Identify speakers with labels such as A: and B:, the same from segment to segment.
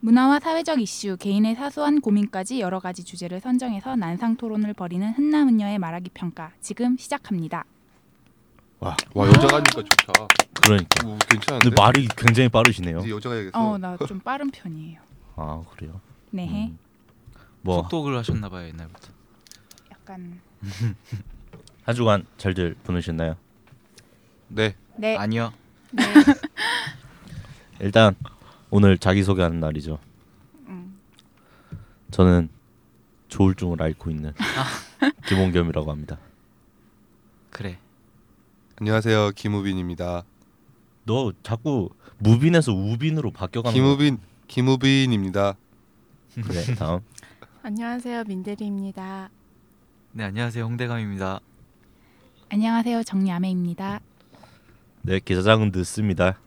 A: 문화와 사회적 이슈, 개인의 사소한 고민까지 여러 가지 주제를 선정해서 난상 토론을 벌이는 흔남은녀의 말하기 평가 지금 시작합니다.
B: 와,
C: 와 여자가 하니까 좋다.
B: 그러니까.
C: 오, 괜찮은데.
B: 근데 말이 굉장히 빠르시네요.
C: 이제 여자가 해야겠어.
A: 어, 나 좀 빠른 편이에요.
B: 아 그래요.
A: 네,
B: 음. 뭐
D: 속독을 하셨나 봐요 옛날부터.
A: 약간
B: 한 주간 잘들 보내셨나요?
C: 네.
A: 네,
D: 아니요.
A: 네.
B: 일단 오늘 자기 소개하는 날이죠.
A: 음.
B: 저는 조울증을 앓고 있는 김홍겸이라고 합니다.
D: 그래.
C: 안녕하세요 김우빈입니다.
B: 너 자꾸 무빈에서 우빈으로 바뀌어가는 네,
C: 김우빈 김우빈입니다.
B: 거 같아. 그래 다음
E: 안녕하세요 민대리입니다.
D: 네 안녕하세요 홍대감입니다.
A: 안녕하세요 정야매입니다.
B: 네 기자장은 늦습니다.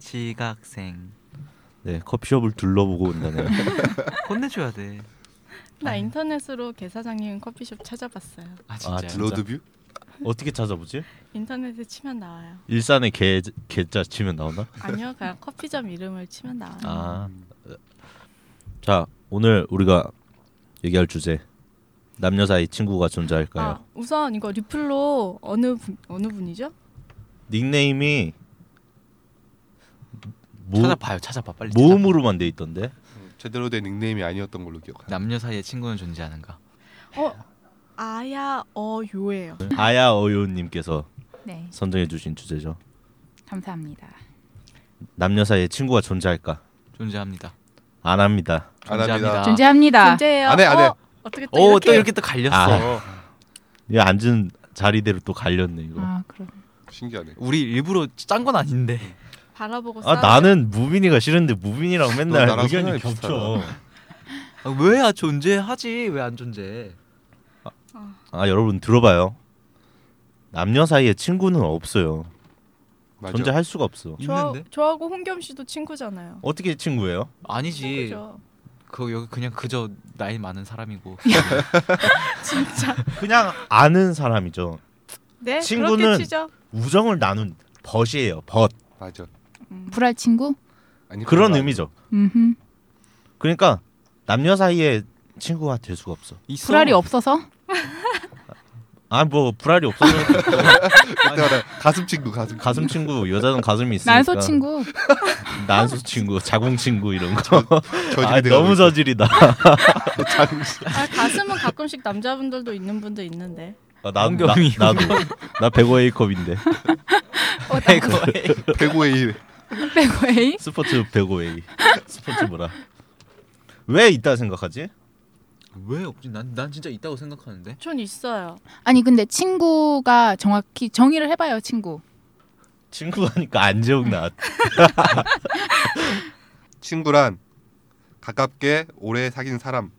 D: 지각생.
B: 네 커피숍을 둘러보고 온다네요.
D: 혼내줘야 돼.
E: 나 인터넷으로 개사장님 커피숍 찾아봤어요.
D: 아
B: 아,
D: 진짜.
B: 진짜?
C: 로드뷰?
B: 어떻게 찾아보지?
E: 인터넷에 치면 나와요.
B: 일산에 개 개자 치면 나오나?
E: 아니요 그냥 커피점 이름을 치면 나와요.
B: 아, 자 오늘 우리가 얘기할 주제 남녀 사이 친구가 존재할까요?
E: 아, 우선 이거 리플로 어느 분 어느 분이죠?
B: 닉네임이 모,
D: 찾아봐요 찾아봐 빨리.
B: 모음으로만 돼 있던데
C: 음, 제대로 된 닉네임이 아니었던 걸로 기억하.
D: 찾아봐. 남녀 사이에 친구는 존재하는가?
E: 어 아야 어 요예요.
B: 아야 어요님께서
A: 네,
B: 선정해주신 주제죠.
A: 감사합니다.
B: 남녀 사이에 친구가 존재할까?
D: 존재합니다.
B: 안 합니다.
C: 안 합니다.
D: 존재합니다.
A: 존재합니다.
E: 존재해요.
C: 안 해, 안 해.
E: 어, 어떻게 또
D: 오,
E: 이렇게,
D: 또 이렇게 또 갈렸어.
B: 이 앉은 자리대로 또 갈렸네 이거.
C: 음,
B: 아,
A: 아, 그럼
C: 신기하네.
D: 우리 일부러 짠 건 아닌데.
E: 바라보고
B: 아, 나는 무빈이가 싫은데 무빈이랑 맨날
C: 뭐 나랑
B: 의견이
C: 생각이
B: 겹쳐.
D: 아, 왜야 존재하지? 왜 안 존재해?
B: 아 여러분 들어봐요. 남녀 사이에 친구는 없어요.
C: 맞아.
B: 존재할 수가 없어.
E: 저,
D: 있는데?
E: 저하고 홍겸 씨도 친구잖아요.
B: 어떻게 친구예요?
D: 아니지.
E: 친구죠.
D: 그 여기 그냥 그저 나이 많은 사람이고.
E: 진짜.
B: 그냥 아는 사람이죠.
E: 네.
B: 친구는-
E: 그렇게 치죠.
B: 우정을 나눈 벗이에요. 벗
C: 맞아.
A: 불알 친구?
C: 아니
B: 그런
C: 그건
B: 의미죠.
A: 음,
B: 그러니까 남녀 사이에 친구가 될 수가 없어.
D: 있어.
A: 불알이 없어서?
B: 아 뭐 불알이 없어서
C: 아니. 그때 알아. 가슴 친구 가슴. 친구.
B: 가슴 친구 여자는 가슴이 있으니까
A: 난소 친구? 어,
B: 난소 친구, 자궁 친구 이런 거.
C: 저질이
B: 아
C: 돼가지고 그
B: 너무
C: 있어.
B: 저질이다.
E: 아, 가슴은 가끔씩 남자분들도 있는 분들 있는데.
B: 아, 나, 나
D: 엉덩이.
B: 나도 나 105A컵인데
A: 어, 나
C: 배고의 일.
A: 빼고 A?
B: 스포츠 105A 스포츠 뭐라 왜 있다 생각하지?
D: 왜 없지? 난 난 진짜 있다고 생각하는데.
E: 전 있어요.
A: 아니 근데 친구가 정확히 정의를 해봐요 친구.
B: 친구하니까 안재욱 나
C: 친구란 가깝게 오래 사귄 사람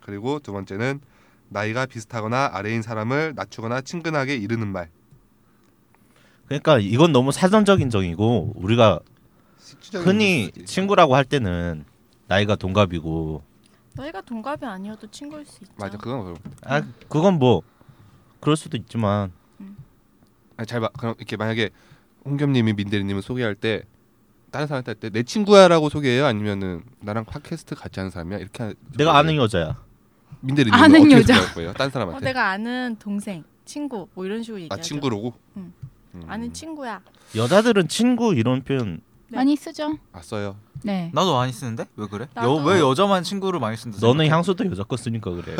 C: 그리고 두 번째는 나이가 비슷하거나 아래인 사람을 낮추거나 친근하게 이르는 말
B: 그러니까 이건 너무 사전적인 정이고 우리가 흔히 친구라고 할 때는 나이가 동갑이고
E: 너희가 동갑이 아니어도 친구일 수 있죠.
C: 맞아 그건 그럼
B: 아
D: 음.
B: 그건 뭐 그럴 수도 있지만
C: 아니, 잘 봐. 그럼 이렇게 만약에 홍겸님이 민대리님을 소개할 때 다른 사람한테 할 때 내 친구야라고 소개해요 아니면은 나랑 팟캐스트 같이 하는 사람이야 이렇게 하-
B: 내가 아는 여자야
C: 민대리님
A: 아는
C: 어떻게
A: 여자.
C: 소개할 거예요 다른
E: 어,
C: 사람한테
E: 내가 아는 동생, 친구 뭐 이런 식으로
C: 아
E: 얘기하죠.
C: 친구로고
E: 응.
C: 음.
E: 아는 친구야.
B: 여자들은 친구 이런 표현
E: 네.
A: 많이 쓰죠?
C: 아 써요
A: 네.
D: 나도 많이 쓰는데 왜 그래? 여,
E: 나도.
D: 왜 여자만 친구를 많이 쓴다?
B: 너는
D: 생각해?
B: 향수도 여자 거 쓰니까 그래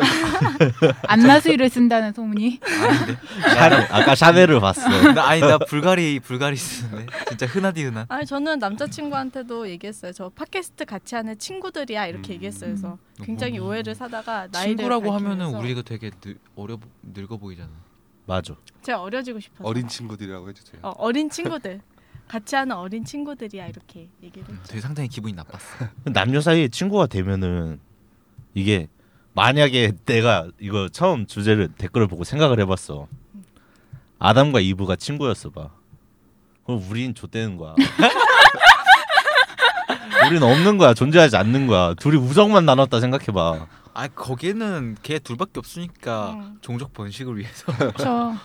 A: 안나수이를 쓴다는 소문이.
B: 샤넬, 아까 샤넬을 봤어
D: 나 아니 나 불가리 불가리 쓰는데 진짜 흔하디 흔한.
E: 아니 저는 남자친구한테도 얘기했어요. 저 팟캐스트 같이 하는 친구들이야
C: 음.
E: 이렇게 얘기했어요. 그래서 굉장히 오해를 사다가 나이를
D: 친구라고 하면은
E: 밝히면서
D: 우리가 되게 늙, 어려 늙어 보이잖아.
B: 맞아
E: 제가 어려지고 싶어서
C: 어린 친구들이라고 해주세요
E: 어, 어린 친구들 같이 하는 어린 친구들이야 이렇게 얘기를 했죠.
D: 되게 상당히 기분이 나빴어.
B: 남녀 사이에 친구가 되면은 이게 만약에 내가 이거 처음 주제를 댓글을 보고 생각을 해봤어 아담과 이브가 친구였어 봐 그럼 우린 좆되는 거야 우린 없는 거야 존재하지 않는 거야 둘이 우정만 나눴다 생각해봐
D: 아 거기에는 걔 둘밖에 없으니까
E: 음.
D: 종족 번식을 위해서.
A: 그렇죠.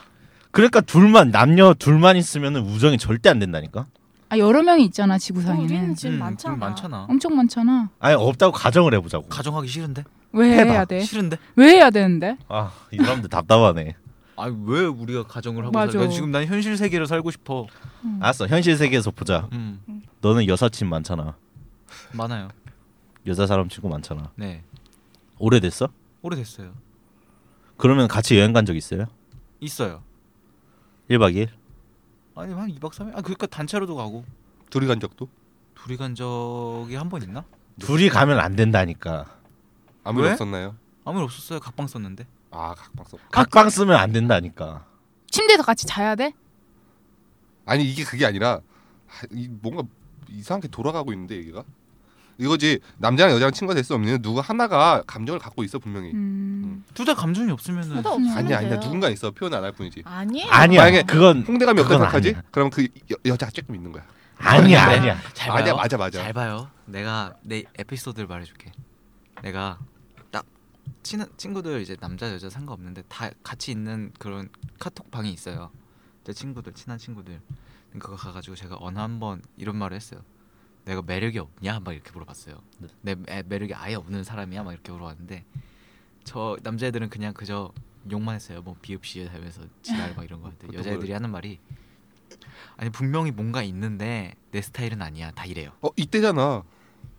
B: 그러니까 둘만 남녀 둘만 있으면은 우정이 절대 안 된다니까
A: 아 여러 명이 있잖아 지구상에는.
E: 어, 우리는 지금
D: 음,
E: 많잖아.
D: 그럼 많잖아.
A: 엄청 많잖아.
B: 아니 없다고 가정을 해보자고.
D: 가정하기 싫은데?
A: 왜
B: 해봐.
A: 해야 돼?
D: 싫은데?
A: 왜 해야 되는데?
B: 아이 사람들 답답하네.
D: 아니 왜 우리가 가정을 하고
A: 맞아.
D: 살까? 지금 난 현실 세계를 살고 싶어.
B: 알았어 현실 세계에서 보자.
D: 음
B: 너는 여사친 많잖아.
D: 많아요.
B: 여자 사람 친구 많잖아.
D: 네
B: 오래됐어?
D: 오래됐어요.
B: 그러면 같이 여행 간 적 있어요?
D: 있어요.
B: 1박 2일?
D: 아니 한 2박 3일? 아 그러니까 단체로도 가고
C: 둘이 간 적도
D: 둘이 간 적이 한 번 있나?
B: 둘이 가면 안 된다니까.
C: 아무 일
D: 왜?
C: 없었나요?
D: 아무 일 없었어요. 각방 썼는데.
C: 아 각방 써.
B: 각방 쓰면 안 된다니까.
A: 침대에서 같이 자야 돼?
C: 아니 이게 그게 아니라 아, 이 뭔가 이상하게 돌아가고 있는데 얘기가 이거지 남자랑 여자랑 친구가 될 수 없는 이유는 누구 하나가 감정을 갖고 있어 분명히.
A: 음.
D: 둘 다 감정이 없으면은
E: 뭐 둘다 없으면
C: 아니야 아니야
E: 돼요.
C: 누군가 있어 표현 안 할 뿐이지.
E: 아니에요.
B: 아니야.
C: 만약에
B: 그건
C: 홍대감이 없다
B: 그건
C: 생각하지?
B: 아니야.
C: 그럼 그 여, 여자 조금 있는 거야.
B: 아니야
D: 아니야.
B: 아니야.
D: 잘
C: 아니야 네,
D: 봐요.
C: 맞아 맞아.
D: 잘 봐요. 내가 내 에피소드를 말해줄게. 내가 딱 친한 친구들 이제 남자 여자 상관없는데 다 같이 있는 그런 카톡 방이 있어요. 제 친구들 친한 친구들 그거 가가지고 제가 어느 한 번 이런 말을 했어요. 내가 매력이 없냐 막 이렇게 물어봤어요.
B: 네.
D: 내 매- 매력이 아예 없는 사람이야 막 이렇게 물어봤는데 저 남자애들은 그냥 그저 욕만 했어요. 뭐 비읍시에 하면서 지랄 막 이런 거 할때
C: 보통은-
D: 여자애들이 하는 말이 아니 분명히 뭔가 있는데 내 스타일은 아니야 다 이래요.
C: 어 이때잖아.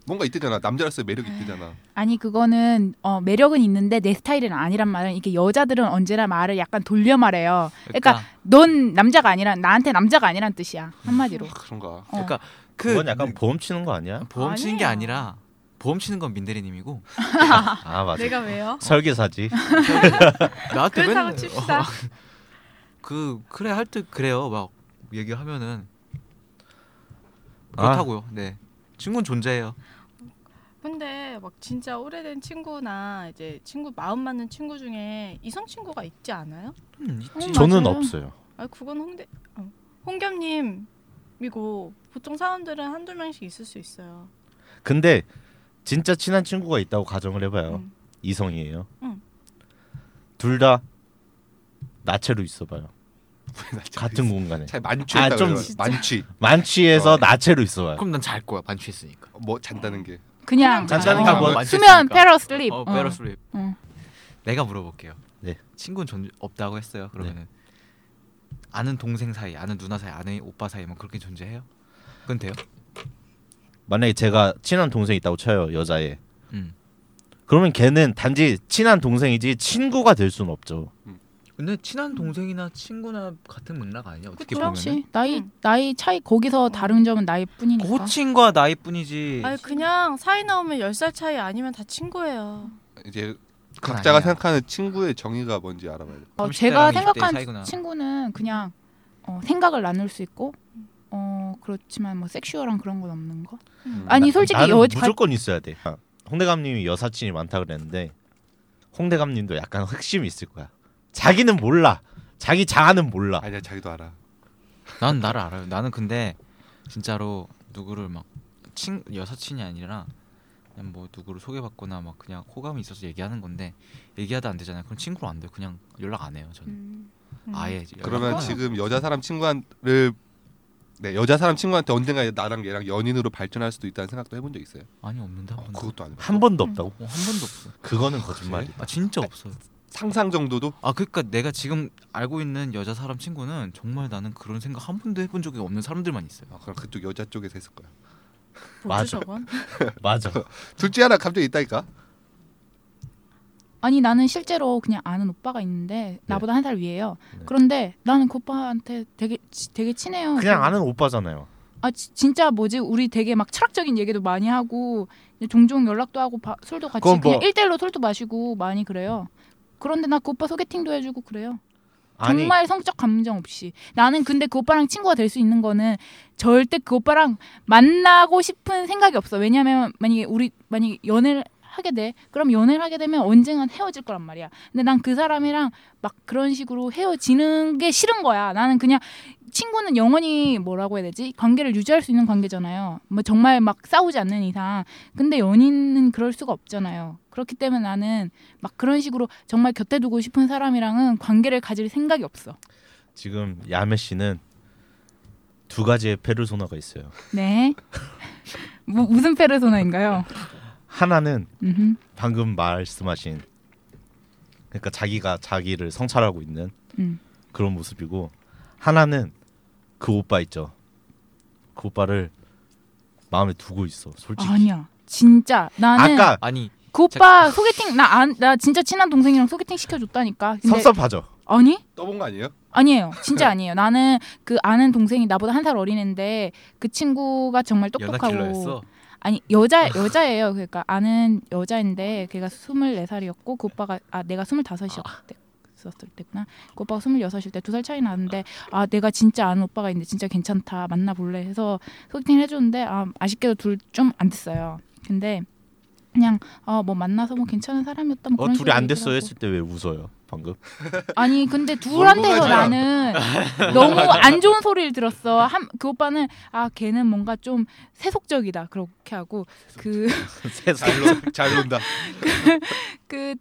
C: 뭔가 이때잖아. 남자로서의 매력이 이때잖아.
A: 아니 그거는 어, 매력은 있는데 내 스타일은 아니란 말은 이게 여자들은 언제나 말을 약간 돌려 말해요. 그러니까 넌 남자가 아니라 나한테 남자가 아니란 뜻이야 한마디로.
C: 아, 그런가.
A: 어.
D: 그러니까 그 음,
B: 그건 약간 보험 치는 거 아니야?
D: 보험 치는 게
E: 아니에요.
D: 아니라 보험 치는 건 민대리님이고
B: 아 맞아.
E: 내가 왜요?
B: 설계사지.
D: 나한테
E: 그렇다고
D: 맨날
E: 칩시다.
D: 어, 그 그래 할 듯 그래요 막 얘기하면은
B: 아.
D: 그렇다고요. 네 친구는 존재해요.
E: 근데 막 진짜 오래된 친구나 이제 친구 마음 맞는 친구 중에 이성 친구가 있지 않아요?
D: 음, 있지.
A: 음,
B: 저는
A: 맞아요.
B: 없어요.
E: 아 그건 홍대 어, 홍겸님이고 보통 사람들은 한두 명씩 있을 수 있어요.
B: 근데 진짜 친한 친구가 있다고 가정을 해봐요.
E: 음.
B: 이성이에요.
E: 응.
B: 둘 다 나체로 있어봐요.
C: 나 진짜
B: 같은 공간에.
C: 잘 만취했다
B: 아, 좀
C: 그래요. 만취.
B: 만취해서
C: 어.
B: 나체로 있어봐요.
D: 그럼 난 잘 거야 반취했으니까. 아,
C: 뭐 잔다는 게.
A: 그냥
B: 잠깐
A: 어,
B: 하고
A: 수면 페러 슬립.
D: 어, 페러 슬립.
A: 어.
D: 내가 물어볼게요.
B: 네.
D: 친구는 존재 없다고 했어요. 그러면은 아는 동생 사이, 아는 누나 사이, 아는 오빠 사이 뭐 그렇게 존재해요? 그건 돼요?
B: 만약에 제가 친한 동생이 있다고 쳐요 여자애.
D: 음.
B: 그러면 걔는 단지 친한 동생이지 친구가 될 수는 없죠.
D: 근데 친한 동생이나 친구나 같은 맥락 아니야? 어떻게
E: 그쵸?
D: 보면
A: 그렇지. 나이
E: 응.
A: 나이 차이 거기서 다른 점은 나이뿐이니까.
D: 호칭과 나이뿐이지.
E: 아 그냥 사이 나오면 열 살 차이 아니면 다 친구예요.
C: 이제
D: 그건
C: 각자가
D: 아니야.
C: 생각하는 친구의 정의가 뭔지 알아봐야 돼.
A: 어,
D: 30대랑
A: 제가
D: 20대
A: 생각한
D: 사이구나.
A: 친구는 그냥 어, 생각을 나눌 수 있고 어 그렇지만 뭐 섹슈얼한 그런 건 없는 거. 아니 솔직히
B: 나는
A: 여 가-
B: 무조건 있어야 돼. 아, 홍대 감님이 여사친이 많다 그랬는데 홍대 감님도 약간 흑심이 있을 거야. 자기는 몰라. 자기 자아는 몰라.
C: 아니야 자기도 알아.
D: 난 나를 알아요. 나는 근데 진짜로 누구를 막 친 여사친이 아니라 그냥 뭐 누구를 소개받거나 막 그냥 호감이 있어서 얘기하는 건데 얘기하다 안 되잖아요. 그럼 친구로 안 돼요. 그냥 연락 안 해요. 저는
A: 음.
E: 음.
D: 아예 연락 안
C: 그러면
D: 해요.
C: 지금 여자 사람 친구를 네 여자 사람 친구한테 언젠가 나랑 얘랑 연인으로 발전할 수도 있다는 생각도 해본 적 있어요?
D: 아니 없는데 한 번도.
C: 그것도 아니고
B: 한 번도 없다고?
D: 어, 한 번도 없어.
B: 그거는 거짓말이야.
D: 아 진짜 없어요.
C: 상상 정도도
D: 아 그러니까 내가 지금 알고 있는 여자 사람 친구는 정말 나는 그런 생각 한 번도 해본 적이 없는 사람들만 있어요.
C: 아, 그럼 그쪽 여자 쪽에서 했을 거야.
E: 뭐죠
B: 맞아.
E: 저건?
A: 어,
B: 맞아.
C: 둘째 하나 감정 있다니까.
A: 아니 나는 실제로 그냥 아는 오빠가 있는데 나보다 한 살 위에요.
B: 네.
A: 그런데 나는 그 오빠한테 되게 지- 되게 친해요.
B: 그냥 아는 오빠잖아요.
A: 아 지- 진짜 뭐지 우리 되게 막 철학적인 얘기도 많이 하고 이제 종종 연락도 하고 바- 술도 같이
B: 그건 뭐-
A: 그냥 일대일로 술도 마시고 많이 그래요. 그런데 나 그 오빠 소개팅도 해주고 그래요.
B: 아니
A: 정말 성적 감정 없이 나는 근데 그 오빠랑 친구가 될 수 있는 거는 절대 그 오빠랑 만나고 싶은 생각이 없어 왜냐면 만약에 우리 만약에 연애를 하게 돼 그럼 연애를 하게 되면 언젠간 헤어질 거란 말이야 근데 난 그 사람이랑 막 그런 식으로 헤어지는 게 싫은 거야 나는 그냥 친구는 영원히 뭐라고 해야 되지 관계를 유지할 수 있는 관계잖아요 뭐 정말 막 싸우지 않는 이상 근데 연인은 그럴 수가 없잖아요 그렇기 때문에 나는 막 그런 식으로 정말 곁에 두고 싶은 사람이랑은 관계를 가질 생각이 없어.
B: 지금 야매 씨는 두 가지의 페르소나가 있어요.
A: 네. 뭐, 무슨 페르소나인가요?
B: 하나는
A: 음흠.
B: 방금 말씀하신 그러니까 자기가 자기를 성찰하고 있는
A: 음.
B: 그런 모습이고 하나는 그 오빠 있죠. 그 오빠를 마음에 두고 있어. 솔직히.
A: 아니야. 진짜 나는
B: 아까
D: 아니
A: 그 오빠 소개팅 나 안 나 진짜 친한 동생이랑 소개팅 시켜줬다니까. 근데
B: 섭섭하죠. 어, 네.
A: 아니
C: 떠본 거 아니에요?
A: 아니에요. 진짜 아니에요. 나는 그 아는 동생이 나보다 한 살 어린 애인데 그 친구가 정말
D: 연하
A: 똑똑하고
D: 킬러였어.
A: 아니 여자 여자예요. 그러니까 아는 여자인데 걔가 스물네 살이었고 그 오빠가 아 내가 스물다섯이었을 때. 었을 때구나. 그 오빠가 스물여섯일 때 두 살 차이 나는데 아 내가 진짜 아는 오빠가 있는데 진짜 괜찮다 만나 볼래 해서 소개팅을 해줬는데 아 아쉽게도 둘 좀 안 됐어요. 근데 그냥 어뭐 만나서 뭐 괜찮은 사람이었다 뭐
B: 어
A: 그런
B: 둘이
A: 식으로
B: 안
A: 얘기를
B: 됐어
A: 하고.
B: 했을 때 왜 웃어요? 방금.
A: 아니 근데 둘한테서
C: 얼굴만
A: 나는 너무 안 좋은 소리를 들었어. 한, 그 오빠는 아 걔는 뭔가 좀 세속적이다 그렇게 하고 그 그
B: 세상.
C: 잘, 논, 잘 논다.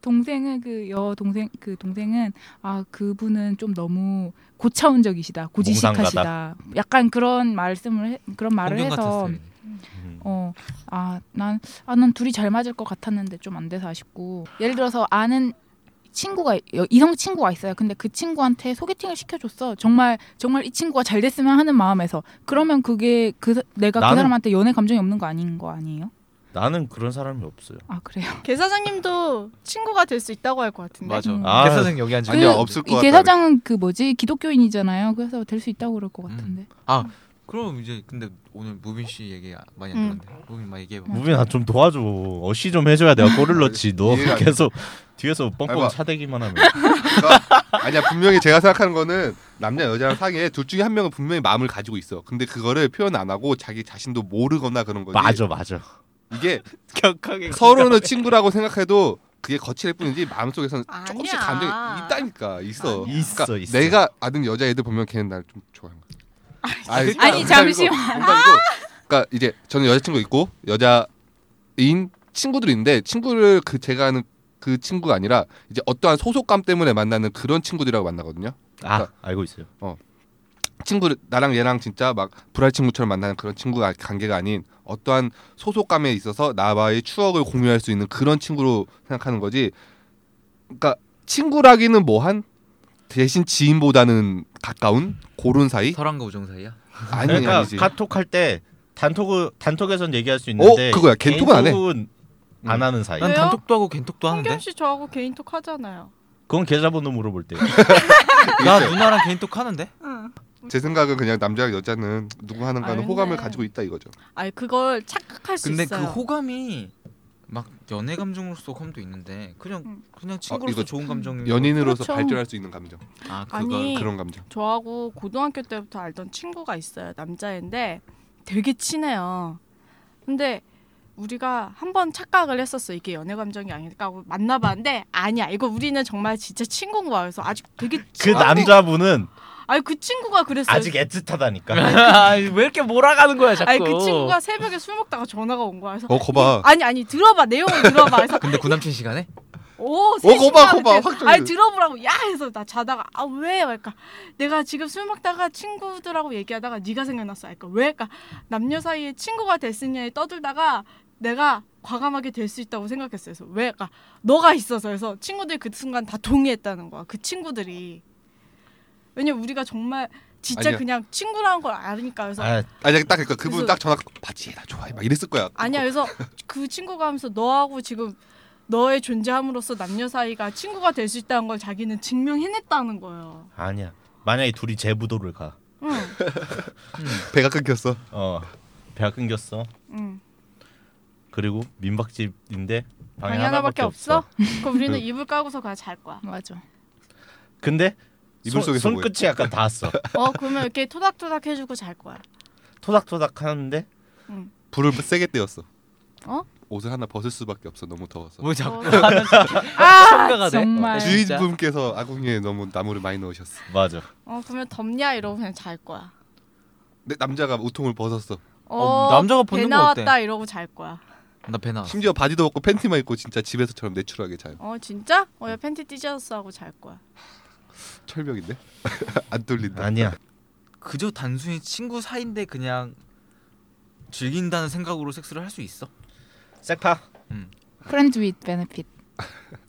A: 동생은 그 여 동생 그 동생은 아 그분은 좀 너무 고차원적이시다 고지식하시다 약간 그런 말씀을 해, 그런 말을
D: 공룡 같은
A: 해서
D: 스타일이네.
B: 음.
A: 어. 어아난아난 둘이 잘 맞을 것 같았는데 좀 안 돼서 아쉽고 예를 들어서 아는 친구가 여- 이성 친구가 있어요. 근데 그 친구한테 소개팅을 시켜줬어. 정말 정말 이 친구가 잘 됐으면 하는 마음에서 그러면 그게 그 사- 내가 그
B: 나는-
A: 사람한테 연애 감정이 없는 거 아닌 거 아니에요?
B: 나는 그런 사람이 없어요.
A: 아 그래요.
E: 개 사장님도 친구가 될 수 있다고 할 것 같은데.
D: 맞아.
B: 아.
D: 아, 사장 여기 앉아.
C: 아니야
A: 그-
C: 없을 것
A: 이
C: 같다.
A: 개사장은 그 뭐지 기독교인이잖아요. 그래서 될 수 있다고 그럴 것
D: 음.
A: 같은데.
D: 그럼 이제 근데 오늘 무빈 씨 얘기 많이
E: 음.
D: 안 들었는데 무빈 막 얘기해봐.
B: 무빈아 좀 도와줘. 어시 좀 해줘야 내가 골을 넣지. 너
C: 이해가 안 돼.
B: 계속 뒤에서 뻥뻥
C: 알바.
B: 차대기만 하면.
C: 그러니까, 아니야 분명히 제가 생각하는 거는 남자 여자랑 사귀에 둘 중에 한 명은 분명히 마음을 가지고 있어. 근데 그거를 표현 안 하고 자기 자신도 모르거나 그런 거지.
B: 맞아 맞아.
C: 이게
D: 격하게
C: 서로는 친구라고 생각해도 그게 거칠일 뿐이지 마음속에서는
E: 아니야.
C: 조금씩 감정이 있다니까 있어. 그러니까
E: 아니야.
B: 있어, 있어.
C: 내가 아는 여자애들 보면 걔는 나를 좀 좋아하는 거야. 아니,
A: 아니, 잠시만.
C: 농담이고. 그러니까 이제 저는 여자친구 있고 여자인 친구들 있는데 친구를 그 제가 아는 그 친구가 아니라 이제 어떠한 소속감 때문에 만나는 그런 친구들이라고 만나거든요.
B: 아 알고 있어요.
C: 친구를 나랑 얘랑 진짜 막 불알 친구처럼 만나는 그런 친구가 관계가 아닌 어떠한 소속감에 있어서 나와의 추억을 공유할 수 있는 그런 친구로 생각하는 거지. 그러니까 친구라기는 뭐한 대신 지인보다는 가까운 그런 사이
D: 설왕과 우정 사이야?
C: 아니
B: 그러니까
C: 아니지.
B: 카톡 할 때 단톡 단톡에선 얘기할
C: 어
B: 수 있는데
C: 그거야 걘톡은 안 해. 음.
B: 개인톡은 안 하는 사이.
D: 난
E: 왜요?
D: 단톡도 하고 겐톡도 하는데.
E: 홍겸 씨 저하고 개인톡 하잖아요.
B: 그건 계좌번호 물어볼 때. 그
D: 나 누나랑 겐톡 하는데.
E: 응.
C: 제 생각은 그냥 남자 여자는 누구 하는가는
E: 아, 근데-
C: 호감을 가지고 있다 이거죠.
E: 아니 그걸 착각할 수
D: 근데
E: 있어요.
D: 그 호감이 막 연애 감정으로서 컴도 있는데 그냥
E: 응.
D: 그냥 친구로서
C: 이거
D: 좋은 아,
B: 음.
D: 감정이
C: 연인으로서
A: 그렇죠.
C: 발전할 수 있는 감정
D: 아
E: 아니,
D: 그거
C: 그런 감정.
E: 저하고 고등학교 때부터 알던 친구가 있어요. 남자인데 되게 친해요. 근데 우리가 한 번 착각을 했었어. 이게 연애 감정이 아닐까 하고 만나봤는데 아니야. 이거 우리는 정말 진짜 친구인 거야. 그래서 아직 되게
B: 그
E: 친...
B: 남자분은
E: 아니 그 친구가 그랬어요.
B: 아직 애틋하다니까.
D: 아니, 왜 이렇게 몰아가는 거야 자꾸
E: 아니 그 친구가 새벽에 술 먹다가 전화가 온 거야. 그래서
C: 어 거봐.
E: 아니 아니 들어봐 내용을 들어봐. 그래서
D: 아, 근데 구남친 시간에
E: 오,
C: 거봐, 거봐,
E: 들,
C: 확정이
E: 아니
C: 돼.
E: 들어보라고 야 해서 나 자다가 아 왜? 그러니까 내가 지금 술 먹다가 친구들하고 얘기하다가 네가 생각났어. 그러니까 왜? 그러니까 남녀 사이에 친구가 됐으냐에 떠들다가 내가 과감하게 될 수 있다고 생각했어요. 그래서 왜? 그러니까 너가 있어서 그래서 친구들이 그 순간 다 동의했다는 거야. 그 친구들이 왜냐면 우리가 정말 진짜
C: 아니야.
E: 그냥 친구라는 걸 아니까 그래서
B: 아,
C: 아니 딱 그러니까 그분
E: 그래서-
C: 딱 전화 받지 나 좋아해 막 이랬을 거야.
E: 아니야 그래서 그 친구가 하면서 너하고 지금 너의 존재함으로써 남녀 사이가 친구가 될 수 있다는 걸 자기는 증명해냈다는 거예요.
B: 아니야. 만약에 둘이 제부도를 가.
E: 응,
C: 배가 끊겼어.
B: 어 배가 끊겼어.
E: 응.
B: 그리고 민박집인데 방에,
E: 방에 하나밖에 없어. 그럼 우리는 이불 까고서 그냥 잘 거야.
A: 맞아.
B: 근데
C: 이불
B: 손,
C: 속에서 뭐해?
B: 손끝이 약간 닿았어.
E: 어 그러면 이렇게 토닥토닥 해주고 잘 거야.
B: 토닥토닥 하는데
C: 불을 세게 떼었어.
E: 어?
C: 옷을 하나 벗을 수밖에 없어 너무 더워서.
D: 뭐 자꾸
E: 어.
D: 하는
A: 아
D: 첨가가 돼?
A: 정말
D: 아, 진짜?
C: 주인분께서 아궁이에 너무 나무를 많이 넣으셨어.
B: 맞아.
E: 어 그러면 덥냐 이러고 그냥 잘 거야.
C: 근데 남자가 우통을 벗었어.
E: 어,
D: 어, 남자가
E: 배
D: 벗는 거
E: 나왔다
D: 어때?
E: 이러고 잘 거야.
D: 나배 나왔어
C: 심지어 바지도 벗고 팬티만 입고 진짜 집에서처럼 내추럴하게 자요.
E: 어 진짜? 어야 팬티 찢어졌어 하고 잘 거야.
C: 철벽인데 안 뚫린다.
B: 아니야.
D: 그저 단순히 친구 사이인데 그냥 즐긴다는 생각으로 섹스를 할 수 있어?
B: 섹파
A: 프렌즈 윗 베네핏.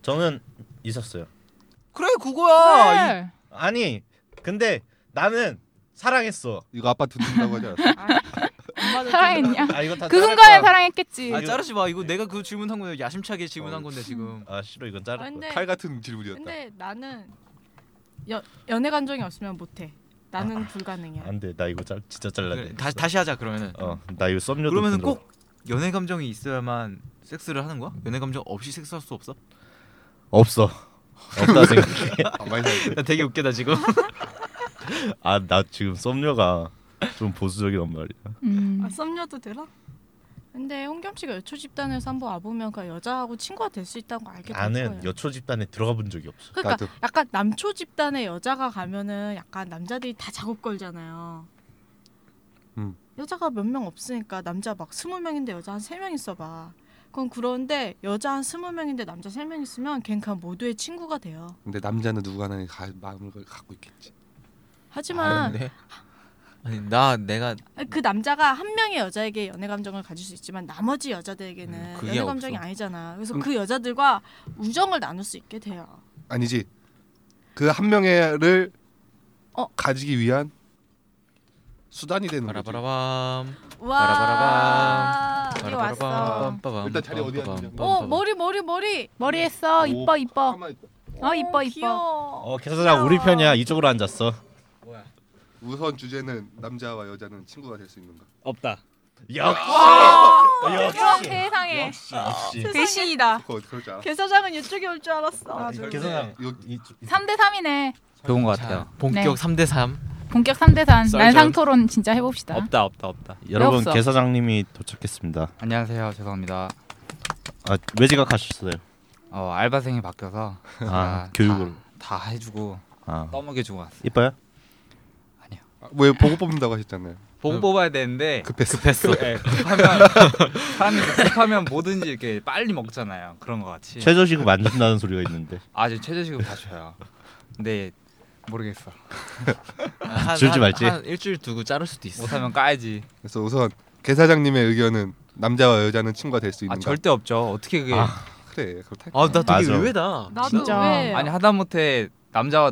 B: 저는 있었어요.
D: 그래
A: 어,
D: 그거야.
A: 헐.
B: 아니 근데 나는 사랑했어.
C: 이거 아빠 듣는다고 하지 않았어?
A: 사랑했냐?
B: 아 이거 다
A: 그
B: 자를
A: 순간에
B: 거야.
A: 사랑했겠지.
D: 이- 아 자르지 마. 이거 내가 그 질문한 거야. 야심차게 질문한 건데 지금.
B: 아 싫어 이건 자를 거야.
E: 근데
C: 칼 같은 질문이었다.
E: 근데 나는 여, 연애 감정이 없으면 못해. 나는 불가능해.
B: 안돼 나 이거 잘 진짜 잘라야 돼.
D: 그래, 네, 다시 다시 하자 그러면은. 음.
B: 어나 이거 썸녀도
D: 그러면은
B: 분들-
D: 꼭 연애 감정이 있어야만 섹스를 하는 거야? 연애 감정 없이 섹스할 수 없어?
B: 없어. 없다 생각해.
C: 아, 많이 살았어.
D: 나 되게 웃기다 지금.
B: 아 나 지금 썸녀가 좀 보수적인 말이야.
A: 음.
E: 아 썸녀도 되나? 근데 홍겸 씨가 여초 집단에서 한번 와보면 그 여자하고 친구가 될 수 있다는 거 알게 될 거예요.
B: 나는 여초 집단에 들어가 본 적이 없어.
E: 그러니까
C: 나도.
E: 약간 남초 집단에 여자가 가면은 약간 남자들이 다 작업 걸잖아요.
C: 음.
E: 여자가 몇 명 없으니까 남자 막 스무 명인데 여자 한 세 명 있어봐. 그건 그런데 여자 한 스무 명인데 남자 세 명 있으면 걘 그냥 모두의 친구가 돼요.
C: 근데 남자는 누구 하나 가, 마음을 갖고 있겠지.
B: 아,
E: 하지만
D: 아니 나 내가
E: 그 남자가 한 명의 여자에게 연애 감정을 가질 수 있지만 나머지 여자들에게는
D: 음, 그게
E: 연애 감정이
D: 없어.
E: 아니잖아. 그래서
C: 음.
E: 그 여자들과 우정을 나눌 수 있게 돼요.
C: 아니지. 그 한 명의를
E: 어.
C: 가지기 위한 수단이 되는 거지.
D: 바라바라밤.
E: 와,
D: 바라바라밤.
E: 우리 왔어.
D: 빰빠밤,
C: 일단 자리 어디
D: 빰빠밤,
C: 앉으냐고.
E: 어
D: 빰빠밤.
E: 머리 머리 머리.
A: 머리 했어. 아, 이뻐 이뻐.
C: 가만히 있어.
A: 어 이뻐 이뻐.
E: 귀여워.
B: 어 계산아 우리 편이야. 이쪽으로 앉았어.
C: 우선 주제는 남자와 여자는 친구가 될 수 있는가?
D: 없다.
B: 역시
A: 그럼
B: 역시
A: 세상에
B: 역시.
E: 대신이다.
C: 그거 그럴 줄 알아.
E: 개사장은 이쪽에 올 줄 알았어.
C: 아,
E: 아주.
B: 계산아
C: 이거
A: 3대 3이네.
F: 좋은 것
D: 자,
F: 같아요.
A: 네.
D: 본격 3대 3.
A: 본격 3대 3
D: 썰전.
A: 난상 토론 진짜 해봅시다.
F: 없다 없다 없다.
B: 여러분
A: 없어.
B: 개 사장님이 도착했습니다.
F: 안녕하세요. 죄송합니다.
B: 아왜 지각하셨어요?
F: 어, 알바생이 바뀌어서
B: 아
F: 제가
B: 교육을
F: 다, 다 해주고
B: 아
F: 떠먹여주고 왔어요.
B: 이뻐요?
C: 아, 왜 보고 뽑는다고 하셨잖아요.
F: 보고 뽑아야 되는데
C: 급했어.
F: 급했어. 예, 급하면 사람이 급하면 뭐든지 이렇게 빨리 먹잖아요. 그런 것 같이.
B: 최저시급 안 준다는 소리가 있는데
F: 아주 최저시급 다 줘요. 근데 모르겠어.
B: 줄지 말지.
D: 한 일주일 두고 자를 수도 있어.
F: 못하면 까야지. 아,
C: 그래서 우선 개 사장님의 의견은 남자와 여자는 친구가 될 수
F: 아
C: 있는가?
F: 절대 없죠. 어떻게 그게
B: 아.
C: 그래 그렇다.
D: 아 나 되게
B: 맞아.
D: 의외다.
E: 나도
A: 진짜.
E: 왜?
F: 아니 하다못해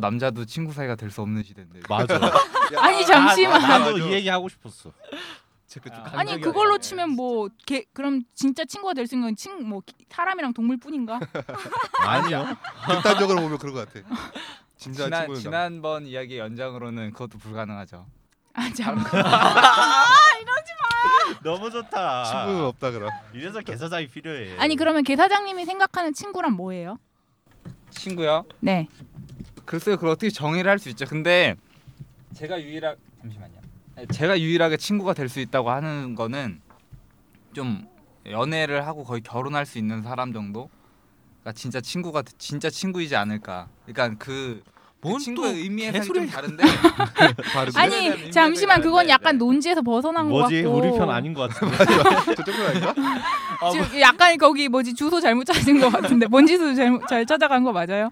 F: 남자와 남자도 친구 사이가 될 수 없는 시대인데.
B: 맞아.
A: 아니 잠시만.
B: 나도 이 얘기 하고 싶었어.
D: 제가 좀
F: 아.
D: 감정이
A: 아니
F: 감정이
A: 그걸로
F: 없네.
A: 치면 뭐 개, 그럼 진짜 친구가 될 수 있는 건 친 뭐 사람이랑 동물뿐인가?
B: 아니요.
C: 극단적으로 보면 그런 것 같아. 진짜
F: 지난
C: 친구는 남-
F: 지난번 이야기 연장으로는 그것도 불가능하죠.
A: 아 참.
B: 너무
C: 친구는
B: 좋다.
C: 없다 그럼.
B: 이래서 개 사장이 필요해.
A: 아니 그러면 개 사장님이 생각하는 친구란 뭐예요?
F: 친구요?
A: 네.
F: 글쎄요, 그걸 어떻게 정의를 할 수 있죠. 근데 제가 유일하게 잠시만요. 네, 제가 유일하게 친구가 될 수 있다고 하는 거는 좀 연애를 하고 거의 결혼할 수 있는 사람 정도. 가 진짜 친구가 진짜 친구이지 않을까. 그러니까 그, 그
D: 뭔
F: 친구의
D: 또
F: 의미에서는 좀
D: 개소리야.
F: 다른데.
C: 바르게.
F: 아니, 의미가
A: 아니
F: 되게
A: 잠시만 그건
F: 다른데,
A: 약간
F: 네.
A: 논지에서 벗어난 것
B: 뭐지
A: 같고.
B: 우리 편 아닌 것 같은데.
C: 저쪽은 아닌가?
A: 지금 약간 거기 뭐지 주소 잘못 찾은 것 같은데 뭔 주소 잘못 잘 찾아간 거 맞아요?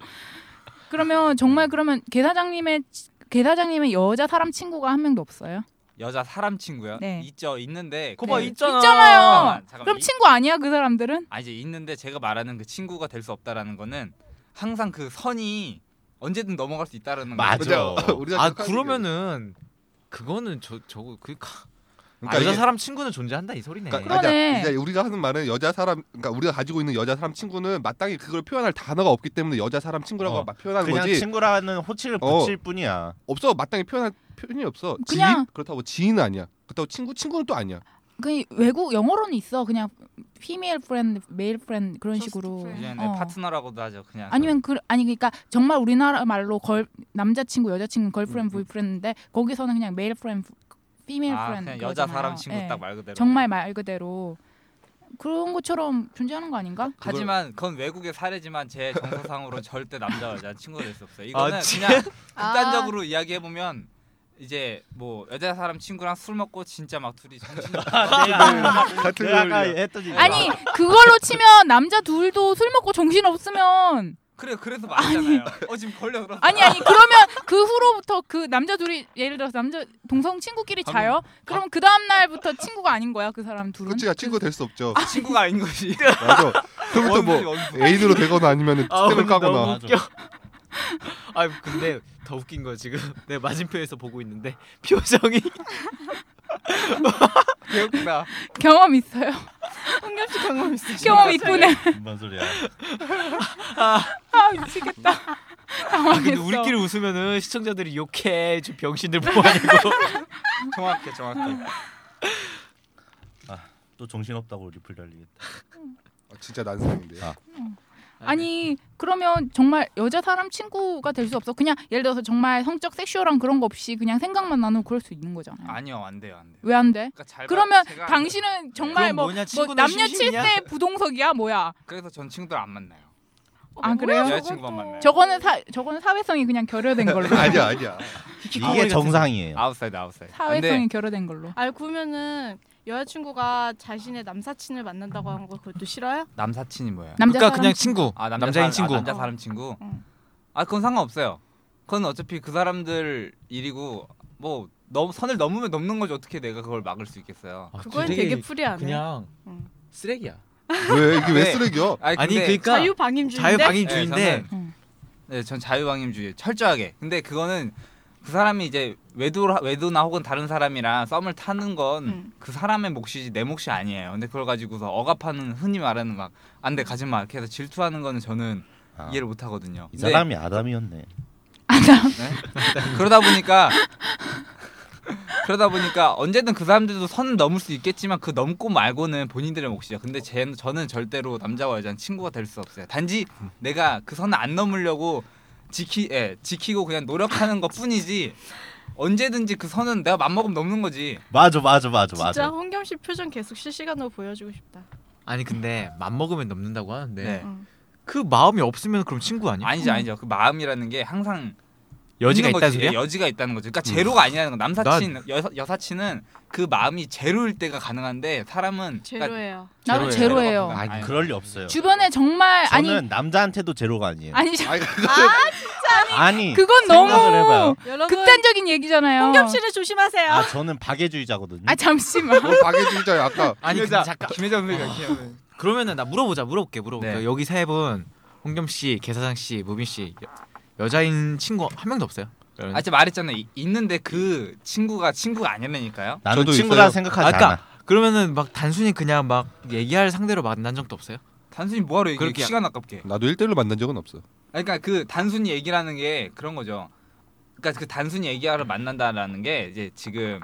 A: 그러면 정말 그러면 개 사장님의 개 사장님의 여자 사람 친구가 한 명도 없어요?
F: 여자 사람 친구요?
A: 네.
F: 있죠. 있는데.
D: 거봐
F: 그-
D: 있잖아.
A: 있잖아요.
F: 잠깐만, 잠깐만.
A: 그럼
F: 이-
A: 친구 아니야 그 사람들은?
F: 아 이제 있는데 제가 말하는 그 친구가 될 수 없다라는 거는 항상 그 선이 언제든 넘어갈 수 있다라는
B: 맞아.
F: 거죠.
C: 우리가- 우리가
D: 아
C: 생각하는
D: 그러면은 그거는 저 저거 그 가-
C: 게- 그러니까
D: 여자
C: 이게-
D: 사람 친구는 존재한다 이 소리네. 아,
A: 그럼-
C: 그러니까
A: 그러네.
C: 이제 우리가 하는 말은 여자 사람 그러니까 우리가 가지고 있는 여자 사람 친구는 마땅히 그걸 표현할 단어가 없기 때문에 여자 사람 친구라고
B: 어,
C: 막 표현하는
B: 그냥
C: 거지
B: 친구라는 호칭을
C: 어.
B: 붙일 뿐이야.
C: 없어 마땅히 표현할 표현이 없어
A: 그냥-
C: 지인 그렇다고 지인은 아니야 그렇다고 친구 친구는 또 아니야
A: 그 외국 영어로는 있어 그냥 female friend, male friend 그런
E: Just
A: 식으로.
E: friend.
F: 이제는
A: 어.
F: 파트너라고도 하죠. 그냥
A: 아니면 그 아니 그러니까 정말 우리나라 말로 걸 남자친구 여자친구 걸프렌드 보이프렌드인데 거기서는 그냥 메일 프렌드 피메일
F: 음, 아,
A: 프렌드
F: 그냥 여자 사람 친구 딱 말 그대로.
A: 네. 예. 정말 말 그대로 그런 것처럼 존재하는 거 아닌가?
F: 하지만 그건 외국의 사례지만 제 정서상으로 절대 남자 와 여자 친구가 될 수 없어요.
D: 아,
F: 이거는
D: 진-
F: 그냥 극단적으로 이야기해 보면 이제 뭐 여자 사람 친구랑 술 먹고 진짜 막 둘이 정신
C: 같은
B: 내가 아까
C: 걸
B: 했던 얘기.
A: 아니 그걸로 치면 남자 둘도 술 먹고 정신 없으면
F: 그래 그래서 말잖아요. 어 지금 걸려 그럼.
A: 아니 아니 그러면 그 후로부터 그 남자 둘이 예를 들어서 남자 동성 친구끼리
C: 방금-
F: 아.
A: 자요. 그럼 그 다음 날부터 친구가 아닌 거야 그 사람 둘은.
C: 그치야 친구 될 수 없죠.
F: 친구가 아닌 거지.
C: 맞아. 그럼부터 뭐
F: 원수, 원수.
C: 애인으로 되거나 아니면 은
D: 아,
C: 스텝을
D: 오늘 너무
C: 까거나.
D: 웃겨. 아 근데 더 웃긴 거 지금 내 맞은편에서 보고 있는데 표정이
F: 개웃기다.
A: 경험 있어요.
E: 홍겸 씨 경험 있으시죠?
A: 경험 있구네.
B: 뭔 소리야?
A: 아 미치겠다.
D: 아, 근데
A: 당황했어.
D: 우리끼리 웃으면은 시청자들이 욕해 저 병신들 뭐하냐고
F: 정확해 정확해.
B: 또 정신 없다고 리플 달리겠다.
C: 아, 진짜 난상인데.
B: 아.
A: 아니 그러면 정말 여자 사람 친구가 될 수 없어. 그냥 예를 들어서 정말 성적 섹슈얼한 그런 거 없이 그냥 생각만 나누면 그럴 수 있는 거잖아요.
F: 아니요 안 돼요 안 돼.
A: 왜 안 돼?
F: 그러니까 잘
A: 그러면
F: 봐- 제가
A: 당신은 정말
D: 그럼
A: 뭐,
D: 뭐냐,
A: 뭐
D: 친구는
A: 남녀
D: 심심이야?
A: 칠세 부동석이야 뭐야?
F: 그래서 전 친구들 안 만나요.
A: 아, 그래요?
F: 여자친구만 만나요.
A: 저거는 사 저거는 사회성이 그냥 결여된 걸로.
C: 아니야 아니야.
B: 이게 정상이에요.
F: 아웃사이드 아웃사이드.
A: 사회성이 결여된 걸로.
E: 알고면은 여자친구가 자신의 남사친을 만난다고 한 거 그것도 싫어요?
F: 남사친이 뭐예요?
A: 남자
D: 그러니까
A: 사람
D: 그냥 친구
F: 아 남자
D: 남자인
F: 사람,
D: 친구
F: 아, 남자 사람 친구.
E: 응.
F: 아 그건 상관없어요. 그건 어차피 그 사람들 일이고 뭐 너무 선을 넘으면 넘는 거지 어떻게 내가 그걸 막을 수 있겠어요.
E: 아,
D: 아,
E: 그건 되게 프리하네.
G: 그냥
E: 응.
G: 쓰레기야.
C: 왜 이게 왜
F: 네.
C: 쓰레기야?
F: 아니,
D: 아니
F: 근데-
D: 그러니까
E: 자유 방임주의인데
D: 자유
F: 네,
D: 방임주의인데
F: 저는-
A: 응.
F: 네, 전 자유방임주의 철저하게. 근데 그거는 그 사람이 이제 외도 외도나 혹은 다른 사람이랑 썸을 타는 건
E: 음.
F: 그 사람의 몫이지 내 몫이 아니에요. 근데 그걸 가지고서 억압하는 흔히 말하는 막 안돼 가지 마 이렇게 해서 질투하는 거는 저는
B: 아,
F: 이해를 못 하거든요.
B: 이 사람이 아담이었네.
F: 그러다 보니까 그러다 보니까 언제든 그 사람들도 선을 넘을 수 있겠지만 그 넘고 말고는 본인들의 몫이죠. 근데 제, 저는 절대로 남자와 여자는 친구가 될 수 없어요. 단지 내가 그 선을 안 넘으려고 지키 예, 지키고 그냥 노력하는 것 뿐이지 언제든지 그 선은 내가 맘먹으면 넘는 거지.
B: 맞아 맞아 맞아 맞아.
E: 진짜 홍겸 씨 표정 계속 실시간으로 보여주고 싶다.
G: 아니 근데 맘 먹으면 넘는다고 하는데
F: 네.
E: 응.
G: 그 마음이 없으면 그럼 친구 아니야?
F: 아니죠, 아니죠. 그 마음이라는 게 항상
G: 여지가
F: 있는
G: 있다는
F: 거지.
G: 소리야? 음.
F: 예, 여지가 있다는 거죠. 그러니까 제로가 아니라는 거. 남사친, 여사, 여사친은 그 마음이 제로일 때가 가능한데 사람은 그러니까
E: 제로예요.
A: 나도
F: 제로예요.
A: 제로예요.
F: 아니,
G: 아니,
B: 그럴 리 없어요.
A: 주변에 정말 아니
B: 저는 남자한테도 제로가 아니에요.
A: 아니 저-
C: 아니 그거는
B: 아니
A: 그건
B: 생각을
A: 너무
B: 해봐요.
E: 여러분 어.
A: 극단적인 얘기잖아요.
E: 홍겸 씨를 조심하세요.
B: 아 저는 박애주의자거든요.
A: 아 잠시만.
C: 뭐 박해주자 아까
G: 아니
F: 김여자,
G: 근데 잠깐
F: 김여자 선배가 기억해.
G: 그러면은 나 물어보자 물어볼게 물어볼게
F: 네.
G: 여기 세분 홍겸 씨, 개사장 씨, 무빈 씨 여, 여자인 친구 한 명도 없어요?
F: 아, 제가 말했잖아요. 이- 있는데 그 친구가 친구가 아니라니까요.
B: 나는
C: 저도
B: 친구라
C: 있어요.
B: 생각하지
G: 아까
B: 않아.
G: 그러면은 막 단순히 그냥 막 얘기할 상대로 만난 적도 없어요?
F: 단순히 뭐하러 얘기해?
G: 그렇게-
F: 시간 아깝게.
C: 나도 1대1로 만난 적은 없어.
F: 아니, 그러니까 그 단순히 얘기라는 게 그런 거죠. 그러니까 그 단순히 얘기하러 만난다라는 게 이제 지금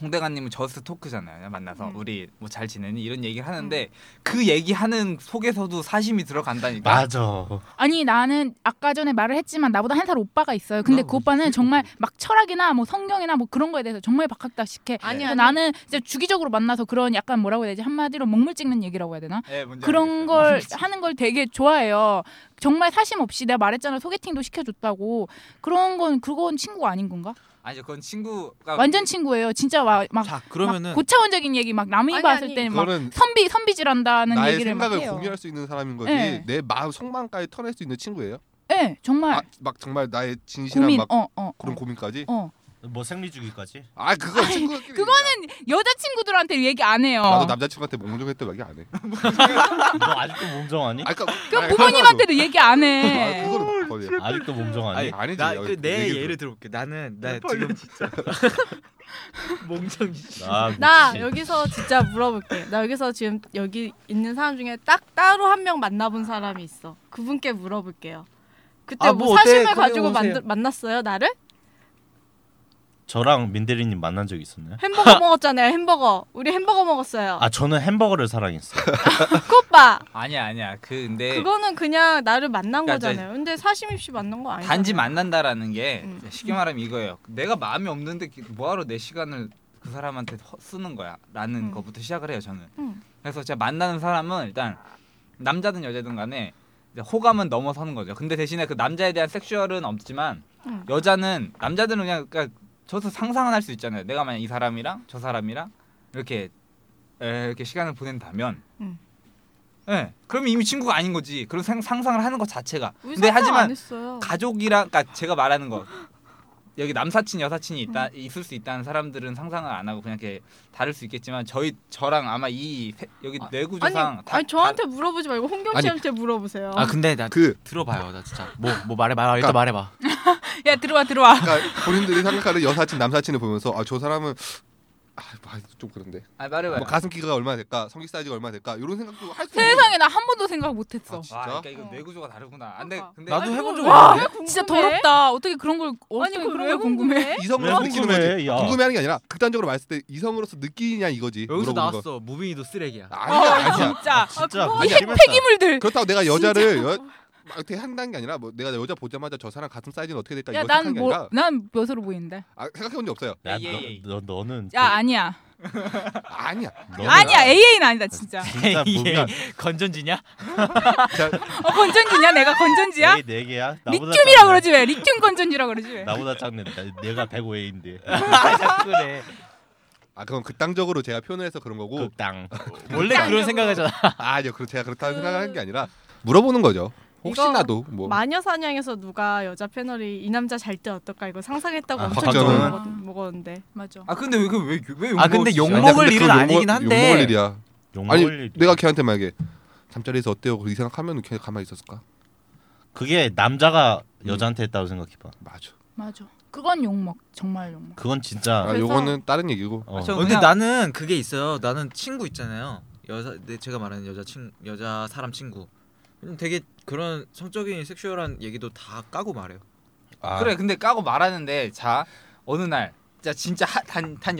F: 홍대관님은 저스트 토크잖아요. 그냥 만나서
E: 음.
F: 우리 뭐 잘 지내니 이런 얘기를 하는데
A: 음.
F: 그 얘기하는 속에서도 사심이 들어간다니까.
B: 맞아.
A: 아니 나는 아까 전에 말을 했지만 나보다 한 살 오빠가 있어요.
C: 아,
A: 근데 그 오빠는 정말 막 철학이나 뭐 성경이나 뭐 그런 거에 대해서 정말 박학다식해.
E: 아니,
F: 네.
A: 그래서
E: 아니.
A: 나는 진짜 주기적으로 만나서 그런 약간 뭐라고 해야 되지 한마디로 먹물 찍는 얘기라고 해야 되나?
F: 예,
C: 네,
F: 뭔지
A: 그런
F: 알겠어요.
A: 걸 하는 걸 되게 좋아해요. 정말 사심 없이 내가 말했잖아 소개팅도 시켜줬다고 그런 건 그건 친구가 아닌 건가?
F: 아니죠. 그건 친구가
A: 완전 친구예요. 진짜 막, 막,
G: 자
A: 막
G: 그러면은
A: 고차원적인 얘기 막 남이
E: 아니,
A: 봤을
E: 아니.
A: 때는 네, 막
C: 그거는
A: 선비 선비질한다는
C: 나의
A: 얘기를 막
C: 생각을
A: 해요.
C: 공유할 수 있는 사람인 거지
A: 네.
C: 내 마음 속마음까지 털어낼 수 있는 친구예요.
A: 네, 정말
C: 아, 막 정말 나의 진실한
A: 고민.
C: 막
A: 어, 어,
C: 그런
A: 어.
C: 고민까지.
A: 어.
B: 뭐 생리 주기까지?
C: 아 그거 친구끼리.
A: 그거는 어. 여자 친구들한테 얘기 안 해요.
C: 나도 남자친구한테 몽정했다 얘기 안 해.
B: 너 아직도 몸정하니?
C: 아, 그러니까
A: 그
C: 아니,
A: 부모님한테도 네. 얘기 안
C: 아,
A: 해.
C: 그거는 거의
B: 아직도 몸정하니?
C: 아니지. 여기
G: 나그내
C: 얘기를
G: 예를 들어볼게. 나는 나 지금 몽정이 씨.
B: 아,
E: 나
B: 미치.
E: 여기서 진짜 물어볼게. 나 여기서 지금 여기 있는 사람 중에 딱 따로 한 명 만나본 사람이 있어. 그분께 물어볼게요. 그때
G: 아,
E: 뭐,
G: 뭐 어때?
E: 사심을
G: 거기
E: 가지고
G: 오세요.
E: 만들- 만났어요 나를?
B: 저랑 민대리님 만난 적 있었나요?
E: 햄버거 먹었잖아요 햄버거. 우리 햄버거 먹었어요. 그
B: 아 저는 햄버거를 사랑했어요.
E: 오빠
F: 아니야 아니야. 그 근데
E: 그거는 그냥 나를 만난
F: 그러니까
E: 거잖아요. 근데 사심 없이 만난 거뭐 아니야.
F: 단지 만난다라는 게
E: 음.
F: 쉽게 말하면 이거예요. 내가 마음이 없는데 기- 뭐하러 내 시간을 그 사람한테 허- 쓰는 거야라는
E: 음.
F: 것부터 시작을 해요 저는.
E: 음.
F: 그래서 제가 만나는 사람은 일단 남자든 여자든 간에 이제 호감은 넘어서는 거죠. 근데 대신에 그 남자에 대한 섹슈얼은 없지만
E: 음.
F: 여자는 남자들은 그냥 그러니까 저도 상상은 할 수 있잖아요. 내가 만약 이 사람이랑 저 사람이랑 이렇게 에, 이렇게 시간을 보낸다면
E: 음.
F: 예. 그러면 이미 친구가 아닌 거지. 그런 생- 상상을 하는 것 자체가.
E: 우리
F: 근데
E: 상상 안
F: 하지만
E: 했어요.
F: 가족이랑 그러니까 제가 말하는 거 여기 남사친 여사친이 있다 있을 수 있다는 사람들은 상상을 안 하고 그냥 이렇게 다를 수 있겠지만 저희 저랑 아마 이 세- 여기
E: 아니,
F: 내구조상 다-
E: 아니 저한테 물어보지 말고 홍경
C: 아니,
E: 씨한테 물어보세요.
D: 아 근데 나
C: 그
D: 들어봐요. 나 진짜 뭐 뭐 말해봐. 일단 말해봐.
C: 아,
A: 야 들어와 들어와.
C: 그러니까 본인들이 생각하는 여사친 남사친을 보면서 아 저 사람은 아좀 그런데
F: 다- 아니, 말해봐요.
C: 뭐 가슴 키가 얼마나 될까 성기 사이즈가 얼마나 될까 이런 생각도 할 수 있는
A: 세상에 나 한 번도 생각 못했어.
C: 아, 진짜?
F: 와, 그러니까 이거
E: 어.
F: 뇌구조가 다르구나. 안돼.
E: 그러니까.
F: 근데
D: 나도
E: 아니,
D: 해본 적
E: 그걸 왜
D: 없는데?
E: 궁금해?
A: 진짜 더럽다. 어떻게 그런 걸
E: 아니
A: 어떻게
E: 그걸
A: 그런
E: 왜
A: 걸 궁금해?
E: 궁금해?
C: 이성으로서
B: 왜
C: 느끼는 거지
B: 궁금해, 야.
C: 궁금해하는 게 아니라 극단적으로 말했을 때 이성으로서 느끼냐 이거지
D: 여기서
C: 물어보는
D: 나왔어.
C: 거.
D: 무빙이도 쓰레기야.
C: 아니야 아니야
A: 진짜
B: 진짜
E: 그거-
B: 그거
A: 이
B: 심했다.
A: 핵폐기물들.
C: 그렇다고 내가 여자를 여, 막 어떻게 한다는 게 아니라 뭐 내가 여자 보자마자 저 사람 가슴 사이즈는 어떻게 될까 그 이거 생각한 게 아니라
A: 야난뭐난 몇으로 보이는데?
C: 아, 생각해본 적 없어요
B: 야,
F: 예, 예, 예.
B: 너, 너, 너는
C: 그
B: 그,
A: 야 아니야.
C: 아니야
B: 너는
A: 아니야 AA는 아니다 진짜.
B: 진짜 네 무빙
D: 건전지냐?
C: 자,
A: 어 건전지냐 내가 건전지야?
B: A 네 개야? 나보다
A: 리튬이라
B: 작네.
A: 그러지 왜? 리튬 건전지라 그러지 왜?
B: 나보다 작네. 나- 내가 105A인데.
D: 그래.
C: 아 그건 극단적으로 제가 표현을 해서 그런 거고
B: 극당.
D: 원래 그런 생각하잖아.
C: 아니요 그렇 제가 그렇다고
E: 그-
C: 생각하는 게 아니라 물어보는 거죠 혹시나도 뭐
E: 마녀 사냥에서 누가 여자 패널이 이 남자 잘 때 어떨까 이거 상상했다고
B: 아,
E: 엄청
C: 박정은.
E: 욕을 먹었- 먹었는데
A: 맞아.
F: 아 근데 왜왜왜 왜,
D: 아, 근데
C: 아니야, 근데
D: 욕먹-
F: 욕먹었지?
D: 욕먹을
C: 그건
D: 일은
C: 욕먹-
D: 아니긴 한데.
C: 욕먹을 일이야
B: 욕
C: 아니
B: 먹을 일이야.
C: 내가 걔한테 만약에 잠자리에서 어때요 이 생각하면 걔 가만히 있었을까
B: 그게 남자가 여자한테 했다고 생각해 봐.
C: 맞아
A: 맞아. 그건 욕먹. 정말 욕먹.
B: 그건 진짜
C: 아
E: 그래서-
C: 요거는 다른 얘기고
B: 어.
F: 저-
D: 근데
F: 그냥-
D: 나는 그게 있어요. 나는 친구 있잖아요. 여자 내 제가 말하는 여자 친 여자 사람 친구. 음, 되게 그런 성적인 섹슈얼한 얘기도 다 까고 말해요.
C: 아,
F: 그래 근데 까고 말하는데 자 어느 날 진짜 진짜 단단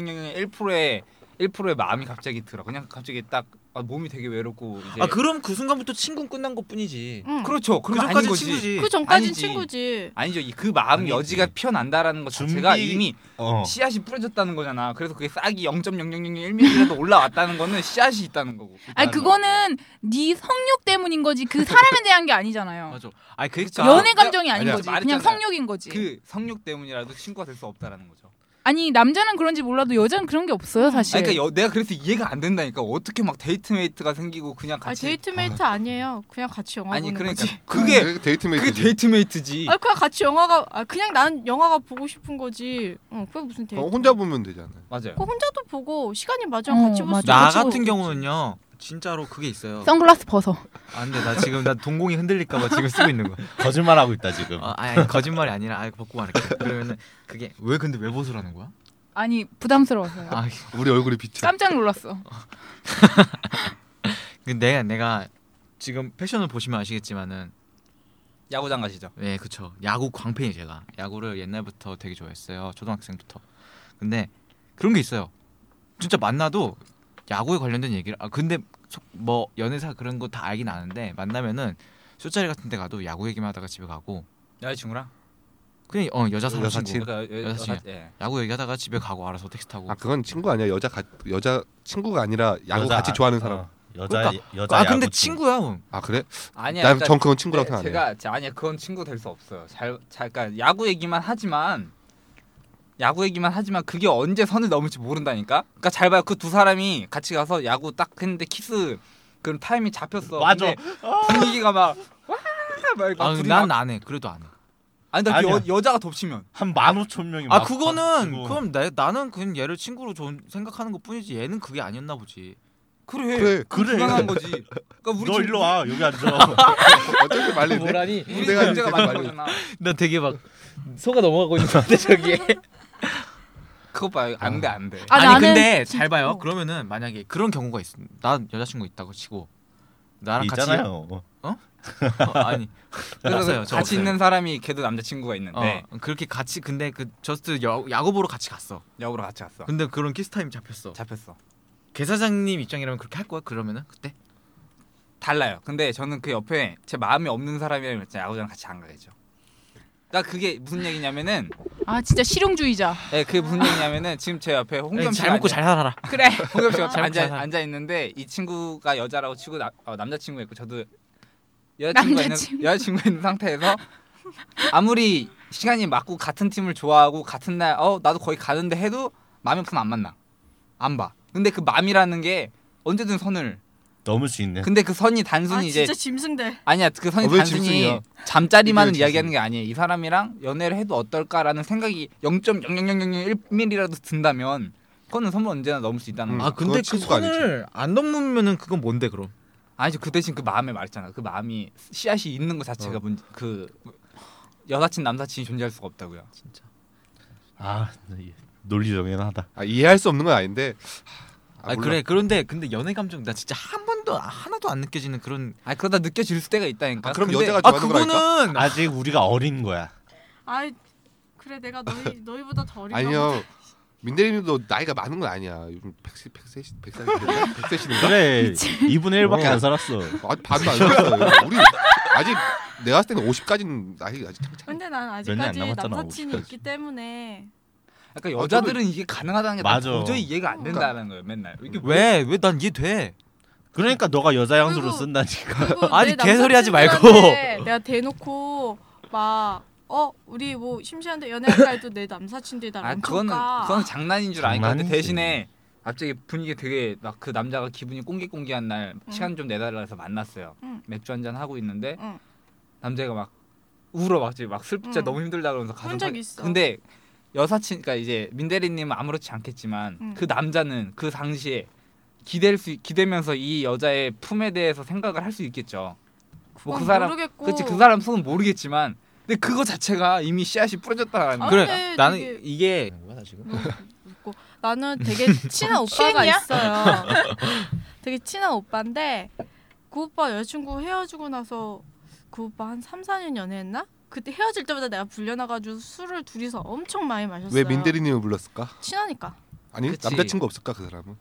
F: 0.0000001%의 1%의 마음이 갑자기 들어. 그냥 갑자기 딱 아, 몸이 되게 외롭고 이제
D: 아 그럼 그 순간부터 친구는 끝난 것뿐이지.
E: 응.
F: 그렇죠.
D: 그
F: 그건 아닌
D: 전까지
F: 거지.
D: 친구지.
E: 그 전까진
F: 아니지.
E: 친구지
F: 아니죠. 이- 그 마음
B: 아니지.
F: 여지가 피어난다라는 것
B: 준비-
F: 자체가 이미
B: 어.
F: 씨앗이 뿌려졌다는 거잖아. 그래서 그게 싹이 0.00001mm라도 올라왔다는 거는 씨앗이 있다는 거고. 그러니까
A: 아니 그거는 네 성욕 때문인 거지 그 사람에 대한 게 아니잖아요.
D: 맞아. 아니 그러니까
A: 연애 감정이 아닌
C: 아니야,
A: 거지.
F: 네. 말했잖아요.
A: 그냥 성욕인 거지.
F: 그 성욕 때문이라도 친구가 될 수 없다라는 거죠.
A: 아니 남자는 그런지 몰라도 여자는 그런 게 없어요 사실.
F: 아니, 그러니까 여- 내가 그래서 이해가 안 된다니까. 어떻게 막 데이트메이트가 생기고 그냥
E: 아
F: 같이
E: 데이트메이트 아니에요 그냥 같이 영화
F: 아니
E: 보는
F: 그러니까
E: 거지
F: 그게
C: 음. 데이트
F: 그게
C: 메이트지
F: 데이트메이트지.
E: 아 그냥 같이 영화가 아, 그냥 난 영화가 보고 싶은 거지 응 그게 무슨 데이트
C: 어, 혼자 보면 되잖아
F: 맞아요.
E: 그 혼자도 보고 시간이 맞으면 같이
A: 어,
E: 볼수
A: 맞아.
D: 나
A: 같이
D: 같은 경우는요. 진짜로 그게 있어요.
A: 선글라스 벗어.
D: 안돼 나 지금 나 동공이 흔들릴까 봐 지금 쓰고 있는 거야.
B: 거짓말하고 있다 지금.
D: 아, 아니, 아니 거짓말이 아니라 아예 벗고 말할게. 그러면은 그게 왜 근데 왜 보수라는 거야?
A: 아니 부담스러워서요.
D: 아
C: 우리 얼굴이 비쳐
A: 깜짝 놀랐어.
D: 근데 내가 내가 지금 패션을 보시면 아시겠지만은
F: 야구장 가시죠.
D: 네, 그쵸. 야구 광팬이 제가 야구를 옛날부터 되게 좋아했어요. 초등학생부터. 근데 그런 게 있어요. 진짜 만나도 야구에 관련된 얘기를 아 근데 속- 뭐 연애사 그런 거 다 알긴 아는데 만나면은 술자리 같은 데 가도 야구 얘기만 하다가 집에 가고
F: 여자친구랑
D: 그냥 어 여자 사람
C: 여사친.
D: 친구
F: 그러니까 여- 여-
D: 여사친.
F: 여사- 예.
D: 야구 얘기하다가 집에 가고 알아서 택시 타고
C: 아 그건 친구 아니야 여자 가, 여자 친구가 아니라 야구
B: 여자-
C: 같이 좋아하는 사람
B: 어, 여자 여자
D: 아 근데
B: 야구 친구.
D: 친구야. 뭐.
C: 아 그래?
F: 아니야.
C: 난
F: 그러니까
C: 전 그건 친구라고 생각 안 해.
F: 제가 제- 아니야 그건 친구 될 수 없어요. 잘, 잘 그러니까 야구 얘기만 하지만 야구 얘기만 하지만 그게 언제 선을 넘을지 모른다니까. 그러니까 잘 봐요. 그 두 사람이 같이 가서 야구 딱 했는데 키스 그럼 타이밍 잡혔어.
B: 맞아.
F: 근데 분위기가 막 와막
D: 아,
F: 난
D: 난안 해. 그래도 안 해.
F: 아니 나그 여,
B: 아니야.
F: 여자가 덥치면
B: 한만 오천 명이.
D: 아
B: 막
D: 그거는
B: 치고.
D: 그럼 나, 나는 그냥 얘를 친구로 좀 생각하는 것뿐이지 얘는 그게 아니었나 보지.
F: 그래.
C: 그래.
B: 그래.
F: 불안한 거지. 그러니까 우리
B: 너
F: 지금
B: 일로 와 여기 앉아.
C: 어차피 말린데.
D: 뭐라니?
F: 우리
C: 내가
F: 문제가
C: 이렇게
F: 많은
C: 말해.
F: 거잖아.
D: 나 되게 막 소가 넘어가고 있는데 저기.
F: 그것 봐. 안돼 안돼.
A: 아,
D: 아니
A: 나는
D: 근데 잘 봐요.
A: 어.
D: 그러면은 만약에 그런 경우가 있어. 나 여자친구 있다고 치고 나랑
B: 있잖아요. 뭐,
D: 같이 어, 아니 없어요. 저
F: 같이
D: 없어요.
F: 있는 사람이 걔도 남자친구가 있는데
D: 어,
G: 네.
D: 그렇게 같이 근데 그 저스트 야, 야구 보러 같이 갔어.
F: 야구로 같이 갔어.
D: 근데 그런 키스 타임 잡혔어.
F: 잡혔어.
D: 개사장님 입장이라면 그렇게 할 거야? 그러면은 그때
F: 달라요. 근데 저는 그 옆에 제 마음이 없는 사람이라면 진짜 야구장 같이 안 가겠죠. 그러니까 그게 무슨 얘기냐면은
A: 아 진짜 실용주의자.
F: 예, 그게 무슨 얘기냐면은 지금 제 옆에 홍겸
D: 에이,
F: 씨가
D: 네, 잘 먹고
F: 앉아-
D: 잘 살아라.
A: 그래.
F: 홍겸
D: 잘
F: 씨가
D: 먹고 잘
F: 앉아
D: 살아.
F: 앉아 있는데 이 친구가 여자라고 치고 나, 어, 남자친구 있고 저도 여자친구 있는
A: 남자친구.
F: 여자친구 있는 상태에서 아무리 시간이 맞고 같은 팀을 좋아하고 같은 날 어 나도 거기 가는데 해도 마음이 없으면 안 만나 안 봐. 근데 그 마음이라는 게 언제든 선을
B: 넘을 수 있네.
F: 근데 그 선이 단순히
E: 아
F: 이제
E: 진짜 짐승들.
F: 아니야 그 선이
C: 아, 왜
F: 단순히
C: 짐승이야?
F: 잠자리만
C: 이게 왜
F: 이야기하는 게 아니에요. 이 사람이랑 연애를 해도 어떨까라는 생각이 0.00001mm라도 든다면 그거는 선을 언제나 넘을 수 있다는
C: 음.
F: 거.
G: 아 근데
C: 그건
G: 그
C: 친구가 아니지.
G: 선을 안 넘으면은 그건 뭔데 그럼?
F: 아니지 그 대신 그 마음에 말했잖아. 그 마음이 씨앗이 있는 것
C: 어.
F: 자체가 문제. 그 여사친 남사친이 존재할 수가 없다고요.
B: 아 논리정연하다.
C: 아, 이해할 수 없는 건 아닌데. 아,
G: 아, 그래 그런데 근데 연애 감정 나 진짜 한 번도 하나도 안 느껴지는 그런.
F: 아 그러다 느껴질 때가 있다니까.
C: 아, 그럼
F: 근데-
C: 여자가
G: 아
C: 좋아하는 거라니까.
G: 그거는
B: 아직 우리가 어린 거야.
E: 아 그래 내가 너희 너희보다 더 어린가 보다.
C: 아니요. 민대리님도 나이가 많은 건 아니야. 요즘 백세 백세 백세 백세시인가?
B: 그래 2분의 1밖에
C: 어.
B: 안 살았어.
C: 아직 반도 안 됐어. 우리 아직 내가 봤을 때는 50까지는 나이 아직 창창.
E: 근데 난
B: 년이 안
E: 아직까지
B: 남았잖아,
E: 남사친이
B: 50까지.
E: 있기 때문에
F: 약간 여자들은
C: 아, 그
F: 이게 가능하다는 게난
B: 맞아.
F: 도저히 이해가 안
C: 그러니까.
F: 된다는 거예요. 맨날 이게 뭐-
G: 왜 왜 난 이해돼.
B: 그러니까 너가 여자 향수로
E: 그리고-
B: 쓴다니까.
E: 그리고
G: 아니,
E: 내
G: 개소리 하지 말고.
E: 남사친들한테 내가 대놓고 막 어, 우리 뭐 심심한데 연애할까 해도 내 남사친들이 나
F: 아
E: 엄청
F: 그거는
E: 까.
F: 그건 장난인 줄 아니까 근데
B: 장난이지.
F: 대신에 갑자기 분위기 되게 막 그 남자가 기분이 꽁기꽁기한 날
E: 음.
F: 시간 좀 내달라 해서 만났어요.
E: 응.
F: 맥주 한 잔 하고 있는데
E: 응.
F: 남자가 막 울어 막 지금 막 슬, 진짜
E: 응.
F: 너무 힘들다 그러면서 가서
E: 그런 적
F: 사-
E: 음. 있어.
F: 근데 여사친 그러니까 이제 민대리님은 아무렇지 않겠지만
E: 응.
F: 그 남자는 그 당시에 기댈 수 기대면서 이 여자의 품에 대해서 생각을 할 수 있겠죠. 뭐 그
E: 그건
F: 사람
E: 어, 모르겠고.
F: 그렇지 그 사람 속은 모르겠지만 근데 그거 자체가 이미 씨앗이 뿌려졌다라는
E: 아,
F: 거.
G: 그래
E: 근데
G: 나는
E: 되게-
G: 이게
D: 아,
G: 뭐야 나 지금?
E: 있고 나는 되게 친한 오빠가
A: 시인이야?
E: 있어요. 되게 친한 오빠인데 그 오빠 여자친구 헤어지고 나서 그 오빠 한 3, 4년 연애했나? 그때 헤어질 때마다 내가 불려나가지고 술을 둘이서 엄청 많이 마셨어요.
C: 왜 민대리님을 불렀을까?
E: 친하니까.
C: 아니
F: 그치.
C: 남자친구 없을까 그 사람은?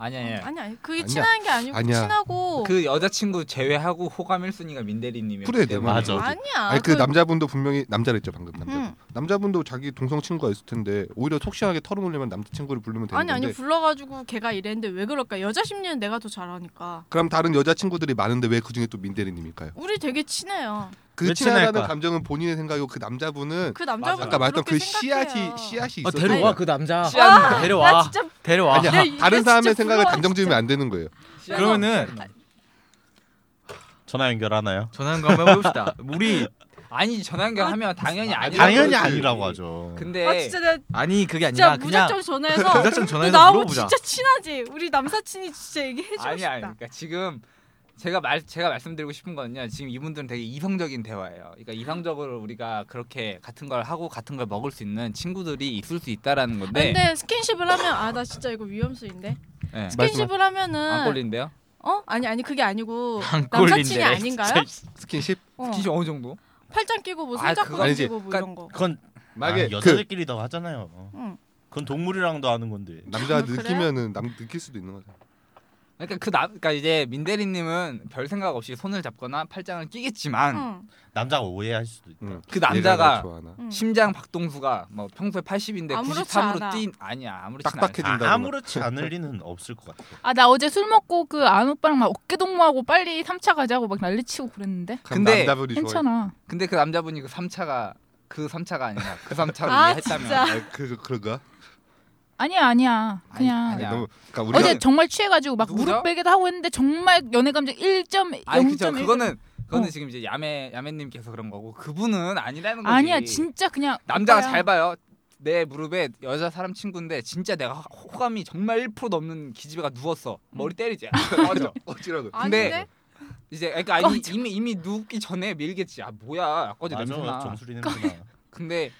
F: 아니
G: 예.
F: 아니.
E: 아니 아니 그게
C: 아니야.
E: 친한 게 아니고
C: 아니야.
E: 친하고
F: 그 여자친구 제외하고 호감 1순위가 민대리님이에요.
C: 그래 내 말.
B: 맞아.
E: 아니야.
C: 아니 그 음. 남자분도 분명히 남자랬죠 방금 남자.
E: 응.
C: 남자분도 자기 동성 친구가 있을 텐데 오히려 속 시원하게 털어놓으려면 남자친구를 부르면 되는
E: 아니 아니
C: 건데
E: 불러가지고 걔가 이랬는데 왜 그럴까? 여자 심리는 내가 더 잘하니까.
C: 그럼 다른 여자 친구들이 많은데 왜 그 중에 또 민대리님일까요?
E: 우리 되게 친해요.
B: 왜
C: 그
B: 친할까?
C: 친하다는 감정은 본인의 생각이고 그 남자분은
E: 그 남자분
C: 아까 말했던 그 씨앗이
E: 씨앗
C: 씨앗이
G: 아
C: 있어.
G: 데려와 그 남자.
F: 씨앗
E: 아, 나
G: 데려와
E: 진짜
G: 데려와.
C: 아니야
E: 야, 이게
C: 다른
E: 진짜
C: 사람의 생각을
E: 부러워,
C: 단정 지으면 안 되는 거예요.
E: 아,
G: 그러면은
B: 전화 연결하나요?
G: 전화 연결 한번 해봅시다. 우리
F: 아니 전화 연결하면 당연히 아니.
B: 당연히 아니라고 하죠.
F: 그 근데
E: 아 진짜 내가
G: 예. 아니 그게
E: 진짜
G: 아니라 그냥
E: 무작정 전화해서
G: 무작정
E: 너
G: 전화해서
E: 나하고
G: 물어보자.
E: 진짜 친하지? 우리 남사친이 진짜 얘기해주고
F: 아니
E: 싶다.
F: 아니. 그러니까 지금 제가 말 제가 말씀드리고 싶은 거는요. 지금 이분들은 되게 이성적인 대화예요. 그러니까 이성적으로 우리가 그렇게 같은 걸 하고 같은 걸 먹을 수 있는 친구들이 있을 수 있다라는
E: 아,
G: 네.
F: 건데.
E: 근데 스킨십을 하면 아 나 진짜 이거 위험수인데
F: 예.
E: 스킨십을
F: 안
E: 하면은
F: 걸린데요?
E: 어 아니 아니 그게 아니고
G: 꼴린데.
E: 남사친이 아닌가요?
C: 스킨십
E: 어.
F: 기준 어느 정도?
E: 팔짱 끼고 뭐
F: 아,
E: 손잡고
F: 그거
C: 아니지.
E: 다니고 뭐 이런
G: 그러니까
E: 거.
B: 그건
C: 만약에
B: 아, 여자들끼리 다 하잖아요.
E: 응.
B: 그건 동물이랑도 하는 건데.
C: 그 남자
E: 아, 그래요?
C: 느끼면은 남 느낄 수도 있는 거죠.
F: 그러니까 그나 그러니까 이제 민대리님은 별 생각 없이 손을 잡거나 팔짱을 끼겠지만
E: 응.
B: 남자가 오해할 수도 있다.
C: 응. 음.
F: 그
C: 얘가 나
F: 남자가
C: 좋아하나?
A: 음.
E: 응.
F: 심장 박동수가 뭐 평소에 80인데
E: 음. 아무렇지
F: 93으로
E: 않아.
F: 뛴 아니야 아무렇지 않아.
C: 딱딱해진다.
B: 아, 아무렇지 않을 리는 없을 것 같아.
A: 아 나 어제 술 먹고 그 안 오빠랑 막 어깨 동무하고 빨리 3차 가자고 막 난리치고 그랬는데
F: 근데
C: 근데 남자분이 좋아해.
A: 괜찮아.
F: 근데 그 남자분이 그 3차가 그 3차가 아니라 그 3차를
E: 아,
F: 이해했다면
E: 진짜.
C: 아, 그 그런가?
A: 아니야 아니야
F: 아니,
A: 그냥
F: 아니야.
C: 아니, 너무 그러니까 우리가
A: 어제 정말 취해가지고 막
F: 누구죠?
A: 무릎 베개도 하고 했는데 정말 연애 감정 1.0.1
F: 아니 그죠 그거는 그거는
A: 어.
F: 지금 이제 야매 야매님께서 그런 거고 그분은 아니라는 거지.
A: 아니야 진짜 그냥
F: 남자가
A: 오빠야.
F: 잘 봐요. 내 무릎에 여자 사람 친구인데 진짜 내가 호- 호감이 정말 1% 넘는 기집애가 누웠어.
E: 음.
F: 머리 때리지. 맞아.
C: 어찌라도
F: 근데
E: 아닌데
F: 이제 그러니까 아니, 이미 이미 누기 전에 밀겠지. 아 뭐야 아까지
B: 맞아.
F: 냄새나.
B: 정수리 냄새나.
F: 근데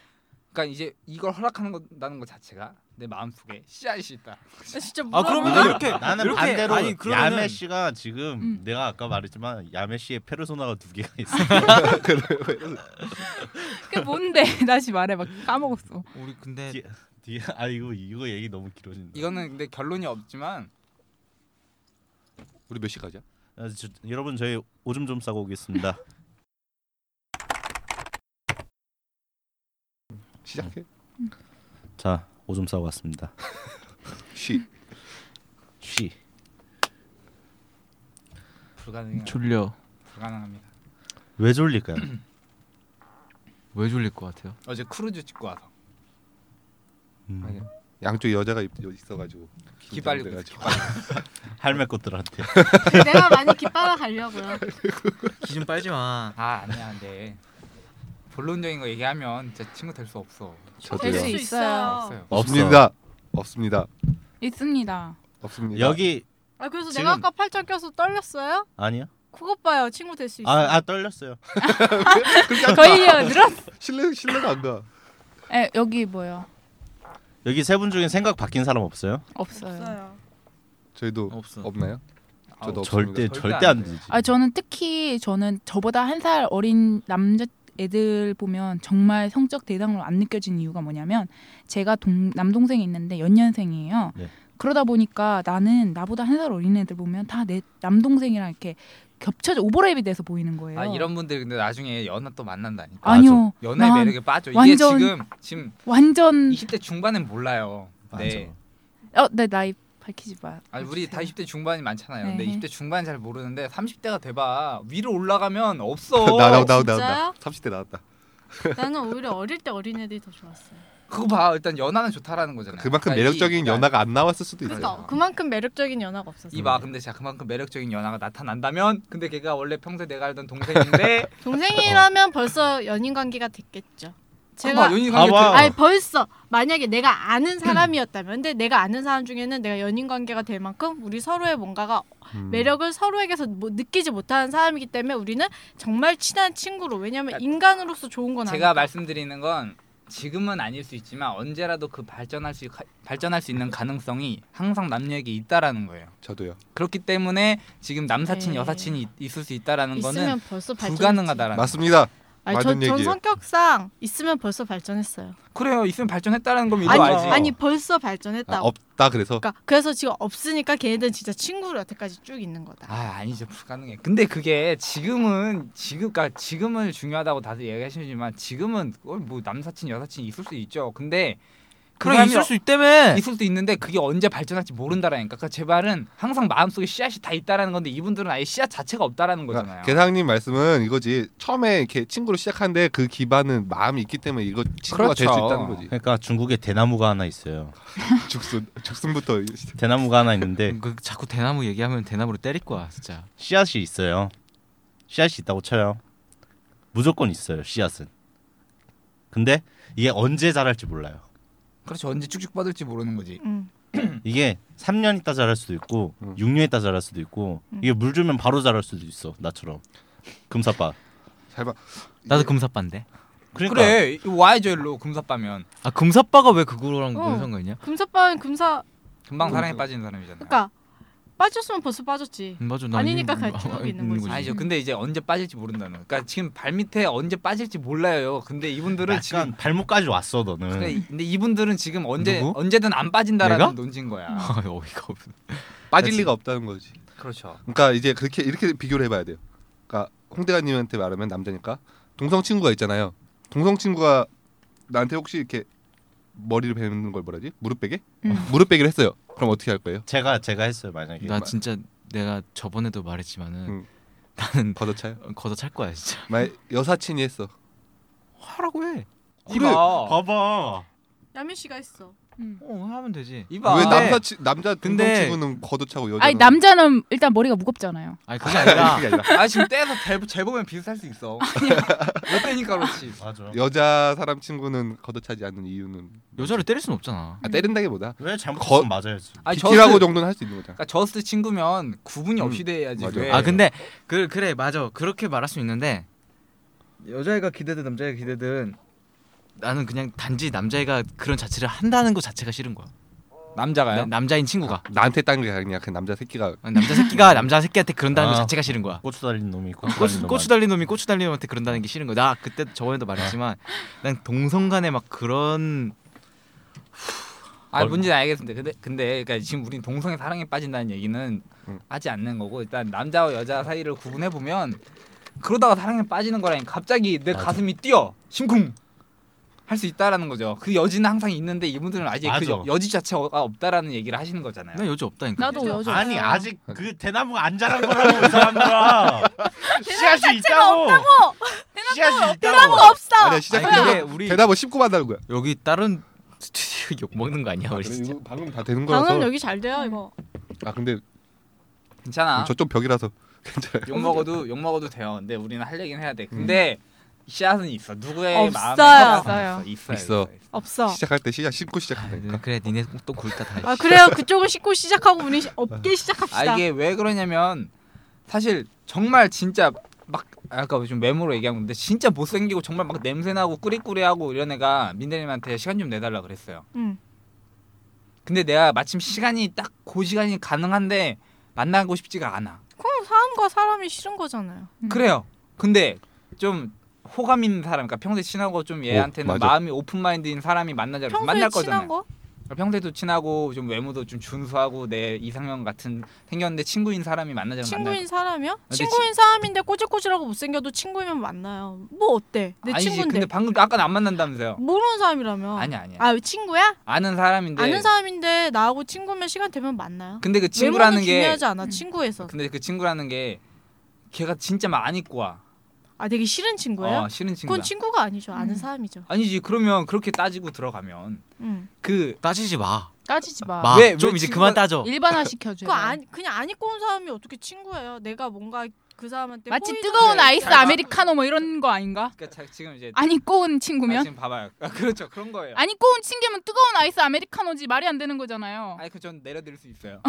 F: 그러니까 이제 이걸 허락하는 거다는 것 자체가 내 마음 속에 씨앗이 있다.
E: 나 진짜
G: 아
E: 뭐라
G: 그러면
E: 그러나?
G: 이렇게
B: 나는
G: 이렇게,
B: 반대로
G: 아니 그러면은
B: 야매 씨가 지금
A: 음.
B: 내가 아까 말했지만 야매 씨의 페르소나가 두 개가 있어.
A: 그게 뭔데 다시 말해 막 까먹었어.
G: 우리 근데
B: 기- 뒤에 아 이거 이거 얘기 너무 길어진다.
F: 이거는 근데 결론이 없지만
C: 우리 몇 시까지야?
B: 아, 저, 여러분 저희 오줌 좀 싸고 오겠습니다.
C: 시작해.
F: 음.
B: 자 오줌 싸고 왔습니다.
C: 쉬.
B: 쉬.
D: 음,
F: 불가능해요.
G: 졸려.
F: 불가능합니다.
B: 왜 졸릴까요?
G: 왜 졸릴 것 같아요?
F: 어제 크루즈 찍고 와서
B: 음.
F: 아니요.
C: 양쪽 여자가 입- 있어가지고
F: 기 빨리고 있어, 기
C: 긴장돼가지고.
F: 빨리고.
B: 할매 것들한테
E: 내가 많이 기빨아 가려고요.
D: 기준 빨지 마.
F: 아 아니야 안돼 본론적인 거 얘기하면 진짜 친구 될 수 없어
A: 될 수
C: 저도요.
A: 있어요.
F: 없어요
B: 없어.
C: 없습니다. 없습니다.
A: 있습니다.
C: 없습니다.
B: 여기
E: 아 그래서
B: 지금-
E: 내가 아까 팔짱 껴서 떨렸어요?
B: 아니야?
E: 그것 봐요. 친구 될 수 있어.
B: 아,
E: 요
B: 아 떨렸어요.
A: 거의요 늘었.
C: 신뢰 신뢰가 안 가.
A: 에 여기 뭐요?
B: 여기 세 분 중에 생각 바뀐 사람 없어요?
A: 없어요.
E: 없어요.
C: 저희도
D: 없어.
C: 없나요? 저도 어, 네, 없습니다.
B: 절대
F: 아, 절대
B: 절대
F: 안
B: 안 되지.
A: 아 저는 특히 저는 저보다 한 살 어린 남자 애들 보면 정말 성적 대상으로 안 느껴지는 이유가 뭐냐면 제가 동, 남동생이 있는데 연년생이에요.
B: 네.
A: 그러다 보니까 나는 나보다 한 살 어린 애들 보면 다 내 남동생이랑 이렇게 겹쳐져 오버랩이 돼서 보이는 거예요.
F: 아 이런 분들 근데 나중에 연하 또 만난다니까
A: 아니요.
F: 연애
A: 난
F: 매력에 빠져 이게
A: 완전-
F: 지금 지금
A: 완전
F: 20대 중반은 몰라요
B: 맞아.
F: 네.
A: 어 내 나이 밝히지 마. 음.
F: 아니 우리 다 20대 중반이 많잖아요. 근데
A: 네.
F: 20대 중반 잘 모르는데 30대가 돼봐 위로 올라가면 없어.
C: 나나 나 나
E: 진짜요?
C: 나. 30대 나왔다.
E: 나는 오히려 어릴 때 어린애들이 더 좋았어요.
F: 그거 봐 일단 연하는 좋다라는 거잖아요.
C: 그만큼
F: 그러니까
C: 매력적인
F: 이-
C: 연하가 안 나왔을 수도 있어요.
E: 그러니까 그만큼 매력적인 연하가 없었어. 요
F: 이봐 근데 자 그만큼 매력적인 연하가 나타난다면 근데 걔가 원래 평소에 내가 알던 동생인데
E: 동생이라면 벌써 연인 관계가 됐겠죠.
F: 제가
E: 제가
F: 연인 관계
B: 봐봐.
E: 아니 벌써 만약에 내가 아는 사람이었다면 근데 내가 아는 사람 중에는 내가 연인 관계가 될 만큼 우리 서로의 뭔가가
C: 음.
E: 매력을 서로에게서 뭐- 느끼지 못하는 사람이기 때문에 우리는 정말 친한 친구로 왜냐면 인간으로서 좋은 건
F: 그러니까 제가
E: 아니까
F: 말씀드리는 건 지금은 아닐 수 있지만 언제라도 그 발전할 수 발전할 수 있는 가능성이 항상 남녀에게 있다라는 거예요.
C: 저도요.
F: 그렇기 때문에 지금 남사친
E: 네.
F: 여사친이 있- 있을 수 있다라는 거는
E: 있으면 벌써 발전
F: 불가능하다라는
C: 맞습니다.
E: 아니
C: 맞는
E: 전, 전
C: 얘기예요.
E: 성격상 있으면 벌써 발전했어요.
F: 그래요. 있으면 발전했다라는 걸
E: 아니
F: 믿어야지.
E: 아니 벌써 발전했다.
C: 아, 없다 그래서
E: 그러니까 그래서 지금 없으니까 걔네들은 진짜 친구로 여태까지 쭉 있는 거다.
F: 아 아니죠 불가능해. 근데 그게 지금은 지금 그러니까 지금을 중요하다고 다들 얘기하시지만 지금은 어, 뭐 남사친 여사친 있을 수 있죠. 근데 그
D: 그래
F: 사람이
D: 있을 수 있다며.
F: 있을 수도 있는데 그게 언제 발전할지 모른다라니까. 그러니까 제 말은 항상 마음속에 씨앗이 다 있다라는 건데 이분들은 아예 씨앗 자체가 없다라는 거잖아요.
C: 그러니까 계상님 말씀은 이거지 처음에 이렇게 친구로 시작하는데 그 기반은 마음이 있기 때문에 이거 친구가 될 수
F: 그렇죠.
C: 있다는 거지
B: 그러니까 중국에 대나무가 하나 있어요.
C: 죽순 죽순부터 시작.
B: 대나무가 하나 있는데
D: 그 자꾸 대나무 얘기하면 대나무로 때릴 거야 진짜.
B: 씨앗이 있어요. 씨앗이 있다고 쳐요. 무조건 있어요. 씨앗은. 근데 이게 언제 자랄지 몰라요.
F: 그렇죠. 언제 쭉쭉 뻗을지 모르는 거지.
E: 음.
B: 이게 3년 있다 자랄 수도 있고
C: 음.
B: 6년 있다 자랄 수도 있고
E: 음.
B: 이게 물 주면 바로 자랄 수도 있어. 나처럼. 금사빠.
C: 잘 봐.
D: 나도 금사빠인데.
B: 그러니까
F: 그래 와야죠 일로 금사빠면
D: 아 금사빠가 왜 그거랑
E: 어.
D: 무슨 상관이냐?
E: 금사빠는 금사
F: 금방 사랑에 빠지는 사람이잖아요.
E: 그러니까 빠졌으면 벌써 빠졌지.
D: 음, 맞아 나
E: 아니니까
D: 있는-
E: 갈 필요가
D: 아,
E: 있는 거지.
F: 아니죠. 근데 이제 언제 빠질지 모른다는. 거. 그러니까 지금 발밑에 언제 빠질지 몰라요. 근데 이분들은
B: 약간
F: 지금
B: 발목까지 왔어 너는.
F: 그래, 근데 이분들은 지금 언제
D: 누구?
F: 언제든 안 빠진다라는
D: 내가?
F: 논지인 거야.
D: 아, 어이가 없네.
C: 빠질
D: 그치.
C: 리가 없다는 거지
F: 그렇죠.
C: 그러니까 이제 그렇게 이렇게 비교를 해봐야 돼요 그러니까 홍대관님한테 말하면 남자니까 동성 친구가 있잖아요 동성 친구가 나한테 혹시 이렇게 머리를 베는 걸 뭐라지 무릎 베개
A: 음.
C: 무릎 베기를 했어요 그럼 어떻게 할 거예요
B: 제가 제가 했어요 만약에.
D: 나 진짜 내가 저번에도 말했지만은
C: 음.
D: 나는
C: 걷어차요
D: 걷어 찰 거야 진짜.
C: 만 여사친이 했어
D: 하라고 해.
C: 그래.
F: 이봐.
B: 봐봐.
E: 야민 씨가 했어.
A: 음.
D: 어 하면 되지.
F: 이봐.
C: 왜
F: 아, 네. 근데
C: 남사 친 남자 동성
D: 근데-
C: 친구는 걷어차고 여자
A: 아니
F: 음.
A: 남자는 일단 머리가 무겁잖아요.
D: 아니 그게 아니라
F: 아 지금 떼서 재- 재보면 비슷할 수 있어. 몇 대니까 그렇지.
B: 맞아.
C: 여자 사람 친구는 걷어차지 않는 이유는 뭐
D: 여자를 때릴 순 없잖아.
C: 아, 때린다기보다
B: 왜 잘못
C: 거-
B: 거... 맞아야지.
F: 아니
C: 비키라고
F: 저스-
C: 정도는 할 수 있는 거잖아.
F: 그러니까 저스트 친구면 구분이 없이
C: 음,
F: 돼야지.
C: 맞아.
F: 왜?
D: 아 근데 그 그래 맞아 그렇게 말할 수 있는데 여자애가 기대든 남자애가 기대든 나는 그냥 단지 남자애가 그런 자체를 한다는 것 자체가 싫은 거야.
F: 남자가요?
D: 나- 남자인 친구가 어,
C: 나한테 딴 게 아니야. 그 남자 새끼가
D: 남자 새끼가 남자 새끼한테 그런다는
B: 아.
D: 것 자체가 싫은 거야.
B: 고추 달린 놈이 있고
D: 고추, 고추 달린 놈이 고추 달린 놈한테 그런다는 게 싫은 거야. 나 그때 저번에도 말했지만 난 동성 간에 막 그런
F: 아 문제는 알겠습니다. 근데 근데 그러니까 지금 우린 동성애 사랑에 빠진다는 얘기는
C: 음.
F: 하지 않는 거고 일단 남자와 여자 사이를 구분해 보면 그러다가 사랑에 빠지는 거라니 갑자기 내
B: 맞아.
F: 가슴이 뛰어 심쿵 할 수 있다라는 거죠. 그 여지는 항상 있는데 이분들은 아직 그
B: 맞아.
F: 여, 여지 자체가 없다라는 얘기를 하시는 거잖아요.
D: 난 네, 여자 없다니까.
A: 나도 여자.
B: 아니 아직 그 대나무가 안 자란 거라고 이 사람들아. 씨앗이 있다고. 씨앗이 있다고.
E: 없어.
C: 아니야 시작할
D: 아니,
C: 때
D: 근데 우리
C: 대답을 씹고 만다는 거야.
D: 여기 다른
G: 스튜디오 욕 먹는 거
F: 어,
G: 아니야
C: 아,
G: 우리
C: 그래,
G: 진짜.
C: 이거 방금 다 되는 거라서.
E: 방은 여기 잘 돼요 이거.
C: 아 근데
F: 괜찮아.
C: 저쪽 벽이라서 괜찮아요.
F: 욕 먹어도 욕 먹어도 돼요. 근데 우리는 할 얘긴 해야 돼. 근데 씨앗은 있어. 누구의
E: 없어요.
F: 마음에 씨앗은
A: 없어요.
F: 있어.
C: 있어.
F: 있어.
E: 없어.
C: 시작할 때 시작 씹고
F: 음.
C: 시작한다니까.
D: 아, 그래 니네 또 굵다 다.
E: 아 그래요. 그쪽은 씻고 시작하고 우리 시- 없게 시작합시다.
F: 아 이게 왜 그러냐면 사실 정말 진짜 막 아까 좀 메모로 얘기한 건데 진짜 못생기고 정말 막 냄새나고 꾸리꾸리하고 이런 애가 민대님한테 시간 좀 내달라 그랬어요.
E: 응.
F: 근데 내가 마침 시간이 딱 그 시간이 가능한데 만나고 싶지가 않아.
E: 그럼 사람과 사람이 싫은 거잖아요.
A: 음.
F: 그래요. 근데 좀 호감 있는 사람, 그러니까 평소에 친하고 좀 얘한테는
C: 어, 맞아.
F: 마음이 오픈 마인드인 사람이 만나자
E: 평소에
F: 네,
E: 친한
F: 만날 거잖아요.
E: 거?
F: 평소에도 친하고 좀 외모도 좀 준수하고 내 이상형 같은 생겼는데 친구인 사람이 네, 만나자면 만날
E: 친구인 사람이요?
F: 근데
E: 친구인 사람인데 꼬질꼬질하고 못생겨도 친구면 만나요. 뭐 어때? 내
F: 아니지
E: 친구인데.
F: 근데 방금 그 아까 안 만난다면서요?
E: 모르는 사람이라면.
F: 아니 아니야.
E: 아 친구야?
F: 아는 사람인데
E: 아는 사람인데 나하고 친구면 시간 되면 만나요.
F: 근데 그
E: 외모는
F: 친구라는 게
E: 중요하지 않아
A: 음.
E: 친구에서.
F: 근데 그 친구라는 게 걔가 진짜 막 안 입고 와.
E: 아 되게 싫은 친구예요?
F: 어, 싫은 친구야.
E: 그건 친구가 아니죠. 아는
A: 음.
E: 사람이죠.
F: 아니지 그러면 그렇게 따지고 들어가면
E: 음.
F: 그
D: 따지지 마.
A: 따지지 마.
F: 마. 아, 왜-
D: 좀
F: 왜
D: 이제
F: 친구가-
D: 그만 따져.
A: 일반화 시켜줘.
E: 그거 안 그냥 안 입고 온 사람이 어떻게 친구예요? 내가 뭔가 그 사람한테
A: 마치
E: 호의적으로
A: 뜨거운
E: 했지
A: 아이스
E: 않아?
A: 아메리카노 뭐 이런 거 아닌가?
F: 그러니까 자- 지금 이제
A: 안 입고 온
F: 아,
A: 친구면?
F: 지금 봐봐요. 아, 그렇죠 그런 거예요.
A: 안 입고 온 친구면 뜨거운 아이스 아메리카노지 말이 안 되는
E: 어.
A: 거잖아요.
F: 아니 그전 내려드릴 수 있어요.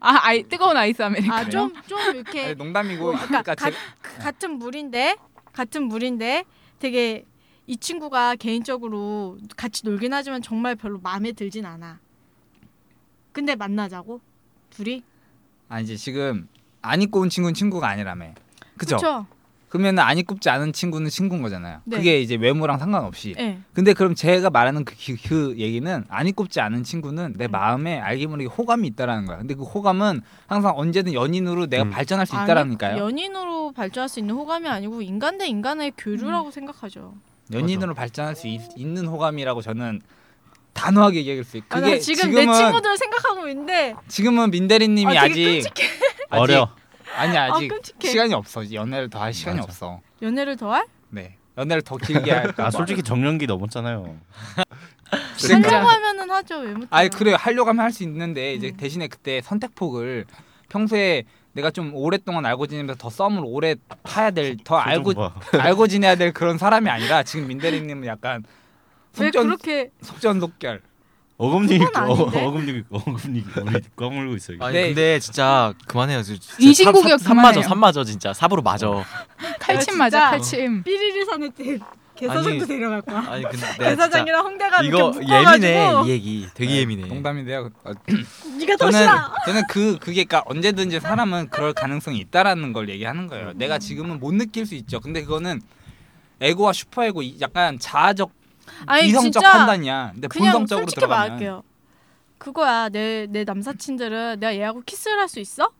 A: 아, 아이, 뜨거운 아이스 아메리카노.
E: 아, 좀, 좀 이렇게
F: 아니, 농담이고
E: 어, 그러니까
F: 그러니까
E: 가-
F: 제,
E: 그 같은 물인데 같은 물인데 되게 이 친구가 개인적으로 같이 놀긴 하지만 정말 별로 마음에 들진 않아. 근데 만나자고 둘이
F: 아니지 지금 안 입고 온 친구는 친구가 아니라며. 그죠?
E: 그쵸?
F: 그러면 안 입고 지 않은 친구는 친구인 거잖아요.
E: 네.
F: 그게 이제 외모랑 상관없이.
E: 예.
F: 근데 그럼 제가 말하는 그, 그- 그 얘기는 안 입고지 않은 친구는 내 마음에 알게 모르게 호감이 있다라는 거야. 근데 그 호감은 항상 언제든 연인으로 내가
C: 음.
F: 발전할 수
E: 아니,
F: 있다라니까요.
E: 연인으로 발전할 수 있는 호감이 아니고 인간 대 인간의 교류라고 생각하죠.
F: 연인으로 발전할 수 있, 는 호감이라고 저는 단호하게 얘기할 수 있고.
E: 아,
F: 그게
E: 나 지금
F: 지금은
E: 내 친구들 생각하고 있는데
F: 지금은 민대리님이
E: 아,
F: 아,
E: 되게
F: 직
E: 끔찍해.
B: 어려.
F: 아니
E: 아,
F: 아직
E: 끔찍해.
F: 시간이 없어. 연애를 더 할 시간이
B: 맞아.
F: 없어.
E: 연애를 더할?
F: 네. 연애를 더 길게 할까.
B: 아 솔직히 정년기 넘었잖아요.
E: 하려고 하면은 하죠. 왜 못?
F: 그러니까. 아니 그래 하려고 하면 할 수 있는데 이제
E: 음.
F: 대신에 그때 선택폭을 평소에 내가 좀 오랫동안 알고 지내면서 더 썸을 오래 타야 될 더 알고
B: 좀 봐.
F: 알고 지내야 될 그런 사람이 아니라 지금 민대리님은 약간
E: 왜
F: 속전
E: 그렇게
F: 속전속결
B: 어금니
E: 그건
B: 어,
E: 아닌데?
B: 어금니 어금니 우리 까물고 있어 이거.
D: 아니
F: 네.
D: 근데 진짜 그만해요.
A: 인신공격
D: 삼마저
A: 그만해요.
D: 삼마저 진짜 삽으로 맞아.
A: 칼침
E: 아,
A: 맞아,
E: 진짜.
A: 칼침.
E: 삐리리 산에 개사장도 데려갈 거야.
F: 네,
D: 아니 근데 내가 진짜
E: 대사장이랑 홍대가 이렇게
D: 이거
E: 묶어가지고
D: 예민해 이 얘기. 되게
B: 네.
D: 예민해.
F: 농담인데요. 어,
E: 네가 더
F: 저는
E: 싫어.
F: 저는 그 그게 그러니까 언제든지 사람은 그럴 가능성이 있다라는 걸 얘기하는
B: 음.
F: 거예요. 내가 지금은 못 느낄 수 있죠. 근데 그거는 에고와 슈퍼에고 이- 약간 자아적
E: 아니
F: 이성적
E: 진짜
F: 판단이야. 근데
E: 그냥
F: 본성적으로
E: 솔직히
F: 들어가면
E: 말할게요. 그거야 내 내 남사친들은 내가 얘하고 키스를 할 수 있어?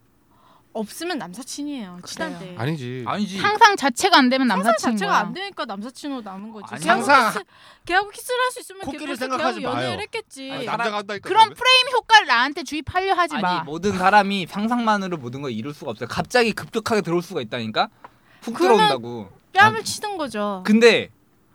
E: 없으면 남사친이에요. 친한데.
C: 아니지.
F: 아니지.
A: 상상 자체가 안 되면
E: 상상
A: 남사친인
E: 자체가
A: 거야.
E: 안 되니까 남사친으로 남은 거지.
F: 아니,
E: 걔하고
C: 상상-
E: 키스, 걔하고 키스를 할 수 있으면
B: 코끼리를
E: 걔를 걔하고
B: 생각하지
E: 연애를
B: 마요.
E: 했겠지.
F: 아니,
C: 남자가 한다니까.
A: 그런 프레임 효과를 나한테 주입하려 하지
F: 아니 뭐,
A: 마.
F: 모든 사람이 상상만으로 모든 걸 이룰 수가 없어요. 갑자기 급격하게 들어올 수가 있다니까. 훅
E: 그러면-
F: 들어온다고.
E: 뺨을 치는 거죠.
F: 근데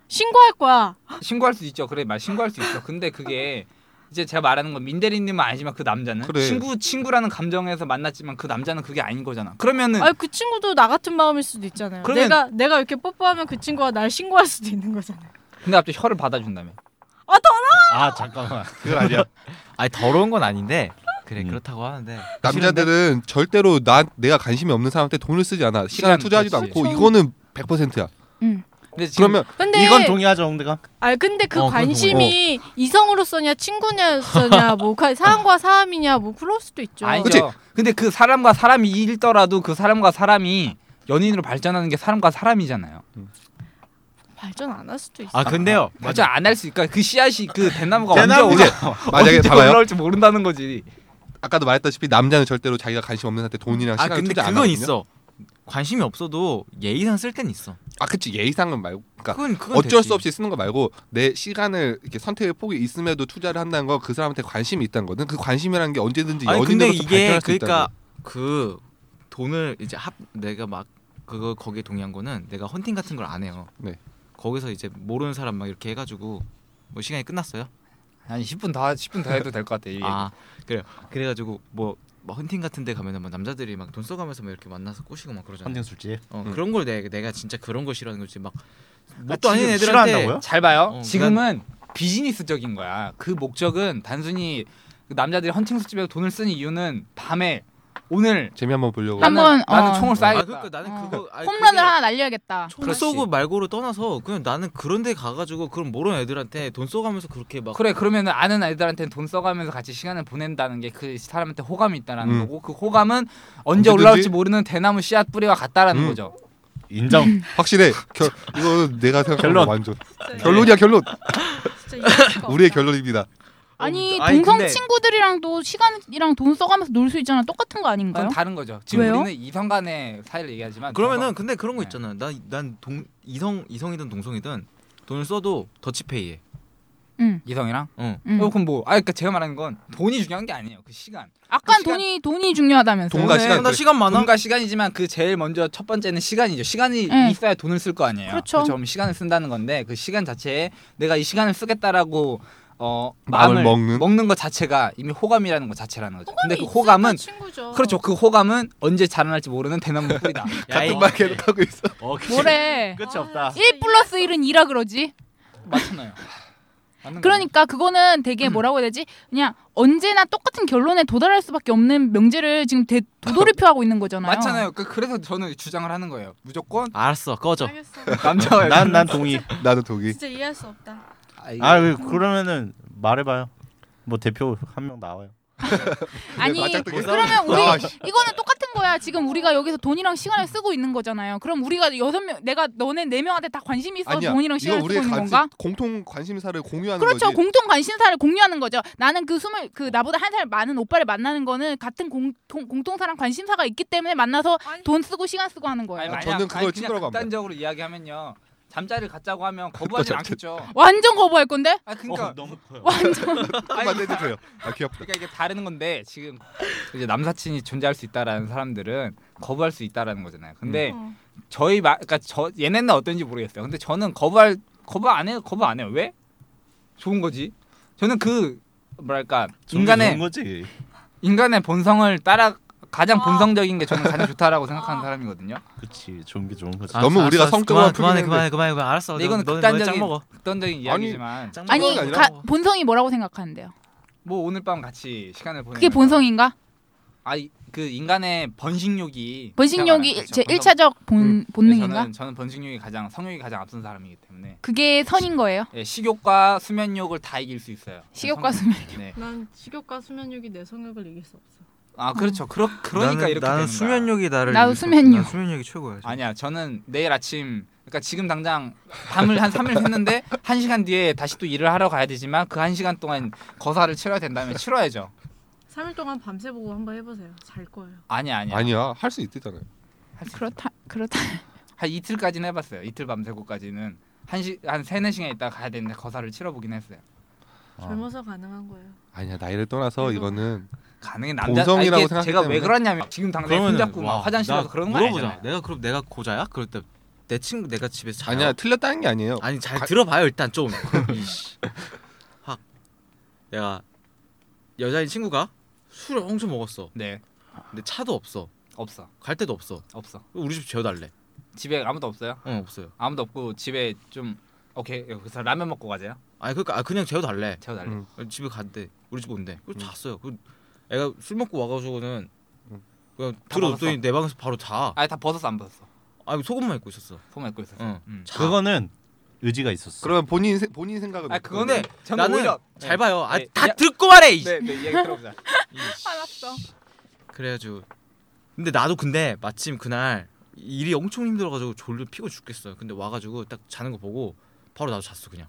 E: 신고할 거야.
F: 신고할 수 있죠. 그래, 말 신고할 수 있어. 근데 그게 이제 제가 말하는 건 민대리님은 아니지만 그 남자는
C: 그래.
F: 친구 친구라는 감정에서 만났지만 그 남자는 그게 아닌 거잖아. 그러면은
E: 아니 그 친구도 나 같은 마음일 수도 있잖아요.
F: 네. 그러면-
E: 내가 내가 이렇게 뽀뽀하면 그 친구가 날 신고할 수도 있는 거잖아요.
F: 근데 갑자기 혀를 받아준다며.
E: 아 더러.
B: 아 잠깐만.
C: 그건 아니야.
D: 아니 더러운 건 아닌데 그래
B: 음.
D: 그렇다고 하는데
C: 남자들은 절대로 나 내가 관심이 없는 사람한테 돈을 쓰지 않아. 시간을
F: 시간,
C: 투자하지도
F: 그렇지.
C: 않고 이거는 100%야.
F: 근데 지금
C: 그러면
E: 근데
B: 이건 동의하죠, 홍대감.
E: 아 근데 그
D: 어, 그건
E: 관심이 이성으로서냐 친구냐서냐 뭐 가- 사람과 사람이냐 뭐 그럴 수도 있죠.
F: 아니죠. 근데 그 사람과 사람이 일더라도 그 사람과 사람이 연인으로 발전하는 게 사람과 사람이잖아요.
E: 발전 안 할 수도 있어.
D: 아 근데요.
C: 뭐,
F: 발전 안 할 수 있까 그 씨앗이 그 대나무가
B: 대나무.
C: 이제
F: 언제 올라
C: 만약에
F: 언제
C: 봐봐요.
F: 올라올지 모른다는 거지.
C: 아까도 말했다시피 남자는 절대로 자기가 관심 없는 사람한테 돈이랑
D: 아
C: 시간을
D: 근데
C: 투자 안
D: 그건
C: 하거든요.
D: 있어. 관심이 없어도 예의상 쓸 땐 있어.
C: 아 그치 예의상은 말고. 그러니까
D: 그건 그건
C: 어쩔
D: 되지.
C: 수 없이 쓰는 거 말고 내 시간을 이렇게 선택의 폭이 있음에도 투자를 한다는 건 그 사람한테 관심이 있다는 거든 그 관심이라는 게 언제든지
D: 아니 근데
C: 연인으로서
D: 이게
C: 발전할 수
D: 그러니까
C: 있다는
D: 그 돈을 이제 합 내가 막 그거 거기에 동의한 거는 내가 헌팅 같은 걸 안 해요.
C: 네.
D: 거기서 이제 모르는 사람 막 이렇게 해가지고 뭐 시간이 끝났어요.
F: 아니 10분 더 10분 더 해도 될 것 같아. 이 얘기.
D: 아 그래요. 그래가지고 뭐, 뭐 헌팅 같은데 가면은 막 남자들이 막 돈 써가면서 막 이렇게 만나서 꼬시고 막 그러잖아.
B: 헌팅 술집.
D: 어
C: 음.
D: 그런 걸 내가, 내가 진짜 그런 거 싫어하는 거지 막 뭣도
B: 지금
D: 아닌 애들한테
B: 싫어한다고요?
F: 잘 봐요.
D: 어,
F: 지금은 비즈니스적인 거야. 그 목적은 단순히 그 남자들이 헌팅 술집에서 돈을 쓰는 이유는 밤에 오늘
C: 재미 한번 보려고.
A: 한-
F: 나는,
A: 한번,
F: 나는
A: 어.
F: 총을
D: 아
F: 쏴야겠다.
D: 그러니까 나는
A: 어.
D: 그거 아니,
A: 홈런을
D: 그게
A: 하나 날려야겠다.
D: 총
F: 그렇지.
D: 쏘고 말고를 떠나서 그냥 나는 그런 데 가가지고 그런 모르는 애들한테 돈 써가면서 그렇게 막
F: 그래 그러면 아는 아이들한테 돈 써가면서 같이 시간을 보낸다는 게 그 사람한테 호감이 있다라는
C: 음.
F: 거고 그 호감은 언제
D: 어,
C: 언제든지-
F: 올라올지 모르는 대나무 씨앗 뿌리와 같다라는
C: 음.
F: 거죠.
B: 인정.
C: 확실해. 결, 이거 내가 생각한
B: 결론.
C: 거 완전
E: 진짜
C: 결론이야
A: 네.
C: 결론.
E: 진짜 이럴
A: 어.
E: 수가
C: 우리의
E: 없다.
C: 결론입니다.
A: 아니,
G: 아니,
A: 동성
G: 근데-
A: 친구들이랑도 시간이랑 돈 써가면서 놀 수 있잖아. 똑같은 거 아닌가요?
F: 그건 다른 거죠. 지금
A: 왜요?
F: 우리는 이성 간의 사이를 얘기하지만
D: 그러면은 근데 그런 거
F: 네.
D: 있잖아. 난난동 이성 이성이든 동성이든 돈을 써도 더치페이해.
F: 이성이랑
A: 음.
F: 어, 그럼 뭐 아, 그러니까 제가 말하는 건 돈이 중요한 게 아니에요. 그 시간.
A: 아까
F: 그 시간-
A: 돈이 돈이 중요하다면서.
C: 돈과
F: 네.
C: 시간.
D: 나 시간 많아.
F: 돈과 시간이지만 그 제일 먼저 첫 번째는 시간이죠. 시간이
A: 네.
F: 있어야 돈을 쓸 거 아니에요.
A: 그렇죠.
F: 그럼 시간을 쓴다는 건데 그 시간 자체에 내가 이 시간을 쓰겠다라고 어,
C: 마음을
F: 마음을
C: 먹는?
F: 먹는 것 자체가 이미 호감이라는 것 자체라는 거죠. 근데 그
E: 있으니까
F: 호감은
E: 친구죠.
F: 그렇죠. 그 호감은 언제 자라날지 모르는 대나무 뿌리다.
D: 아,
C: 같은 말 계속 하고 있어.
B: 어, 그치.
A: 뭐래?
B: 끝이 없다.
F: 네,
A: 1 플러스 1은 2라 그러지.
F: 맞잖아요. 맞는 거예요.
A: 그러니까 그거는
F: 음.
A: 되게 뭐라고 해야 되지? 그냥 언제나 똑같은 결론에 도달할 수밖에 없는 명제를 지금 되, 도돌이표하고 있는 거잖아요.
F: 맞잖아요. 그- 그래서 저는 주장을 하는 거예요. 무조건
D: 알았어 꺼져.
E: 알겠어.
F: 그렇죠. 남자와
B: 난 난 동의.
C: 나도 동의.
E: 진짜 이해할 수 없다.
B: 아 왜, 그러면은 말해봐요. 뭐 대표 한 명 나와요.
A: 아니
C: 맞짝뜨게.
A: 그러면 우리
C: 아, 씨.
A: 이거는 똑같은 거야. 지금
F: 어.
A: 우리가 여기서 돈이랑 시간을 쓰고 있는 거잖아요. 그럼 우리가 여섯 명 내가 너네 네 명한테 다 관심이 있어
C: 아니야.
A: 돈이랑
C: 이거
A: 시간을 쓰고
C: 우리의
A: 있는
C: 관심,
A: 건가?
C: 공통 관심사를 공유하는
A: 그렇죠.
C: 거지.
A: 공통 관심사를 공유하는 거죠. 나는 그 스물 그 나보다 한 살 많은 오빠를 만나는 거는 같은 공통 공통사랑 관심사가 있기 때문에 만나서
E: 아니,
A: 돈 쓰고 시간 쓰고 하는 거예요.
F: 아니, 만약-
C: 저는 그걸
F: 아니, 그냥
C: 친구라고 안 봐요.
F: 극단적으로 이야기하면요. 잠자리를 갖자고 하면 거부하지
C: 잠자-
F: 않겠죠.
A: 완전 거부할 건데?
F: 아
C: 어,
F: 그러니까
B: 어, 너무 커요.
C: 조금만 해주세요. 아 귀엽다.
F: 그러니까 이게 다르는 건데 지금 이제 남사친이 존재할 수 있다라는 사람들은 거부할 수 있다라는 거잖아요. 근데
A: 음.
E: 어.
F: 저희 말 그러니까 저 얘네는 어떤지 모르겠어요. 근데 저는 거부할 거부 안 해요. 거부 안 해요. 왜? 좋은 거지. 저는 그 뭐랄까 인간의
B: 좋은 거지.
F: 인간의 본성을 따라 가장
E: 아.
F: 본성적인 게 저는 가장 좋다라고
A: 아.
F: 생각하는 사람이거든요.
B: 그치 좋은 게 좋은 거지.
D: 알았어,
C: 너무 우리가
D: 알았어,
C: 성격만
D: 그만해
C: 표현했는데.
D: 그만해 그만해 그만해 알았어.
F: 근데 이거는
D: 너는 너는
F: 극단적인-
D: 짱 먹어.
F: 극단적인 이야기지만
D: 짱
A: 아니
D: 먹어.
A: 가- 본성이 뭐라고 생각하는데요?
F: 뭐 오늘 밤 같이 시간을 보내.
A: 그게 본성인가?
F: 아그 인간의 번식욕이
A: 번식욕이
F: 가장
A: 제
F: 많죠. 네,
A: 1차적 본, 본능인가?
F: 저는, 저는 번식욕이 가장 성욕이 가장 앞선 사람이기 때문에
A: 그게 선인 거예요.
F: 예, 식욕과 수면욕을 다 이길 수 있어요.
A: 식욕과
F: 성-
A: 수면.
F: 네.
E: 난 식욕과 수면욕이 내 성욕을 이길 수 없어.
F: 아 그렇죠. 그러, 그러니까
D: 나는,
F: 이렇게
D: 나는
F: 되는 거야.
D: 수면력이 나를
A: 나도
D: 이길 수 없어.
A: 수면력.
D: 난 수면력이 최고야. 지금.
F: 아니야. 저는 내일 아침 그러니까 지금 당장 밤을 한 3일 샜는데 1시간 뒤에 다시 또 일을 하러 가야 되지만 그 1시간 동안 거사를 치러야 된다면 치러야죠.
E: 3일 동안 밤새 보고 한번 해보세요. 잘 거예요.
F: 아니야, 아니야.
C: 아니야 할 수 있대잖아요.
A: 그렇다 그렇다.
F: 한 이틀까지는 해 봤어요. 이틀 밤새고까지는 한시한 세네 시간 있다 가야 되는데 거사를 치러 보긴 했어요. 아.
E: 젊어서 가능한 거예요.
C: 아니야 나이를
A: 음.
C: 떠나서
E: 그래서-
C: 이거는
F: 가능해 남자
C: 본성이라고
F: 아, 이게
C: 생각하기
F: 제가 왜
C: 때문에.
F: 그러냐면 지금 당장
D: 그러면은,
F: 손잡고 막
D: 와,
F: 화장실에서
D: 나
F: 그런 거
D: 물어보자.
F: 아니잖아요.
D: 내가 그럼 내가 고자야? 그럴 때 내 친구 내가 집에서 자요.
C: 아니야 틀렸다는 게 아니에요.
D: 아니 잘
C: 가-
D: 들어봐요 일단 좀. 이씨. 확 내가 여자인 친구가 술을 엄청 먹었어.
F: 네.
D: 근데 차도 없어.
F: 없어.
D: 갈 데도 없어.
F: 없어.
D: 우리 집 재워달래.
F: 집에 아무도 없어요?
D: 응 없어요.
F: 아무도 없고 집에 좀 오케이 여기서 라면 먹고 가세요.
D: 아니 그러니까 아, 그냥 재워달래.
F: 재워달래.
C: 음.
D: 집에 간대. 우리 집 온대. 그래서 잤어요. 그 애가 술 먹고 와가지고는
C: 응.
D: 그냥
F: 다
D: 들어줬더니 내 방에서 바로 자.
F: 아니 다 벗었어 안 벗었어.
D: 아니 속옷만 입고 있었어.
F: 소만 입고 있었어.
D: 응.
F: 음.
D: 자.
B: 그거는 의지가 있었어.
C: 그러면 본인 세- 본인 생각은
F: 아
C: 어떤
F: 그거는
C: 거예요?
F: 저는
D: 나는
F: 오히려
D: 잘 봐요. 아,
F: 네.
D: 다
F: 야-
D: 듣고 말해. 이
F: 네네 이야기 들어보자.
A: 알았어.
D: 그래가지고 근데 나도 근데 마침 그날 일이 엄청 힘들어가지고 졸려 피고 죽겠어요. 근데 와가지고 딱 자는 거 보고 바로 나도 잤어 그냥.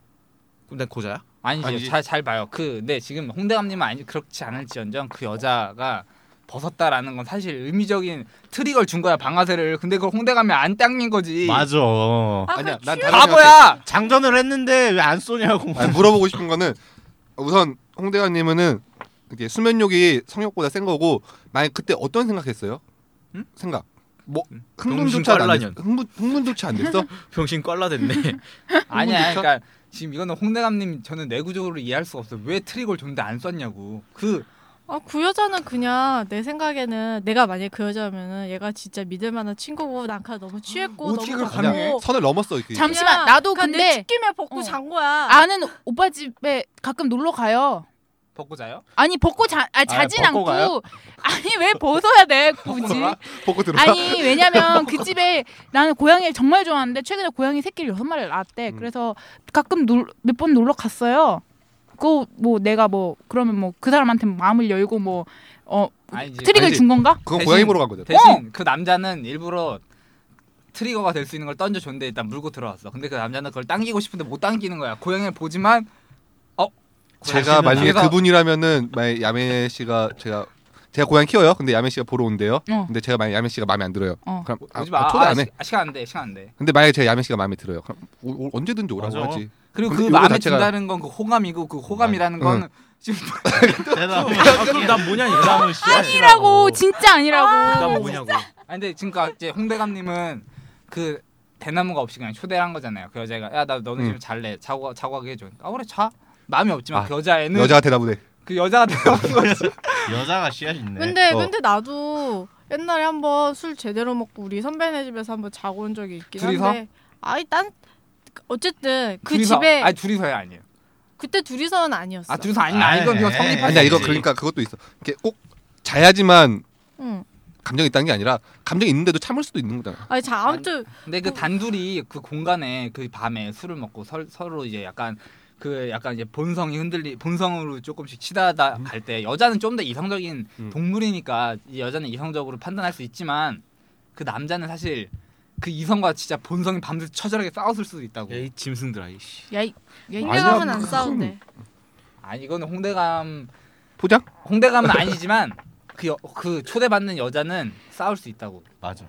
D: 그럼 난 고자야?
F: 아니지
C: 아니지.
F: 잘잘 봐요. 그네 지금 홍대 감님은 아니 그렇지 않을지언정 그 여자가 벗었다라는 건 사실 의미적인 트릭을 준 거야 방아쇠를. 근데 그걸 홍대 감이 안 닦는 거지.
B: 맞아.
C: 아니야 난 다른 생각해.
F: 바보야.
B: 장전을 했는데 왜 안 쏘냐고.
C: 아니, 물어보고 싶은 거는 우선 홍대관님은 이렇게 수면욕이 성욕보다 센 거고 만약 그때 어떤 생각했어요?
F: 응?
C: 생각 뭐
D: 음.
C: 흥분조차 안 됐어.
D: 동심관라년.
C: 흥분 흥분조차 안 됐어?
D: 병신 꽐라 됐네.
F: 아니야. 그러니까 지금 이거는 홍대 감님 저는 내구적으로 이해할 수가 없어요. 왜 트릭을 줬는데 안 썼냐고. 그
E: 아, 그 여자는 그냥 내 생각에는 내가 만약에 그 여자면은 얘가 진짜 믿을 만한 친구고 난카 너무 취했고
F: 어떻게
E: 너무
F: 그걸
E: 덥고
F: 가능해?
E: 그냥
C: 선을 넘었어. 이게.
A: 잠- 잠시만, 나도
E: 그냥
A: 근데-
E: 내 춥기면 벗고
A: 어.
E: 잔 거야.
A: 아는 오빠 집에 가끔 놀러 가요.
F: 벗고 자요?
A: 아니 벗고 자 아, 자진
F: 벗고
A: 않고
F: 가요?
A: 아니 왜 벗어야 돼 굳이
C: 보고 들어.
A: 아니 왜냐면 그 집에 나는 고양이를 정말 좋아하는데 최근에 고양이 새끼를 여섯 마리를 낳았대
C: 음.
A: 그래서 가끔 몇 번 놀러 갔어요 그거 뭐 내가 뭐 그러면 뭐 그 사람한테 마음을 열고 뭐 어
F: 아니 이제
A: 트릭을
C: 아니지.
A: 준 건가
C: 그건
F: 대신-
C: 고양이 보러 간 거죠.
F: 대신 그 남자는 일부러 트리거가 될 수 있는 걸 던져줬는데 일단 물고 들어왔어. 근데 그 남자는 그걸 당기고 싶은데 못 당기는 거야. 고양이를 보지만
C: 제가 만약에
F: 자기가-
C: 그분이라면은 만약 야매 씨가 제가 제가 고양이 키워요. 근데 야매 씨가 보러 온대요.
A: 어.
C: 근데 제가 만약 야매 씨가 마음에 안 들어요.
A: 어.
C: 그럼 아,
F: 오지 마.
C: 아, 초대
F: 아,
C: 안 해.
F: 시- 아, 시간 안 돼. 시간 안 돼.
C: 근데 만약에 제가 야매 씨가 마음에 들어요. 그럼 오, 오, 언제든지 오라고
B: 맞아.
C: 하지.
F: 그리고 그
C: 근데 요거
F: 마음에
C: 자체가-
F: 든다는 건 그 호감이고 그 호감이라는 건 지금 뭐
B: 대답. 그럼 난 뭐냐 이 사람은
A: 아니라고 진짜 아니라고
B: 난 뭐냐고.
F: 아 근데 지금까 이제 홍대감님은 그 대나무가 없이 그냥 초대를 한 거잖아요. 그 여자가 야 나 너는
C: 응.
F: 지금 잘래 자고 자고 하게 해줘. 아 그래 자. 마음이 없지만
C: 아,
F: 그 여자애는
C: 여자가 대답을 해.
F: 그 여자가 되어온 거지.
B: 여자가 씨앗 있네.
E: 근데
C: 어.
E: 근데 나도 옛날에 한번 술 제대로 먹고 우리 선배네 집에서 한번 자고 온 적이 있긴
F: 둘이서?
E: 한데 아이 딴 어쨌든 그
F: 둘이서-
E: 집에
F: 아니 둘이서야 아니에요.
E: 그때 둘이서는 아니었어.
F: 아 둘이서 아니야. 아,
B: 아,
F: 이건 이거
B: 예.
F: 성립.
C: 아니야 이거
B: 그렇지.
C: 그러니까 그것도 있어. 이게 꼭 자야지만
E: 응.
C: 감정이 있다는 게 아니라 감정이 있는데도 참을 수도 있는 거잖아.
E: 아니 자 아무튼
F: 근데 그 단둘이 그 공간에 그 밤에 술을 먹고 서, 서로 이제 약간 그 약간 이제 본성이 흔들리 본성으로 조금씩
D: 음.
F: 치닫아 갈 때 여자는 좀 더 이성적인
C: 음.
F: 동물이니까 이 여자는 이성적으로 판단할 수 있지만 그 남자는 사실 그 이성과 진짜 본성이 밤새 처절하게 싸웠을 수도 있다고.
D: 에이 짐승들아 이씨.
A: 야이 야이
C: 아니야,
E: 인간하면 안
C: 그건-
E: 싸운대.
F: 아니 이거는 홍대감
C: 포장?
F: 홍대감은 아니지만 그, 여, 그 초대받는 여자는 싸울 수 있다고.
B: 맞아.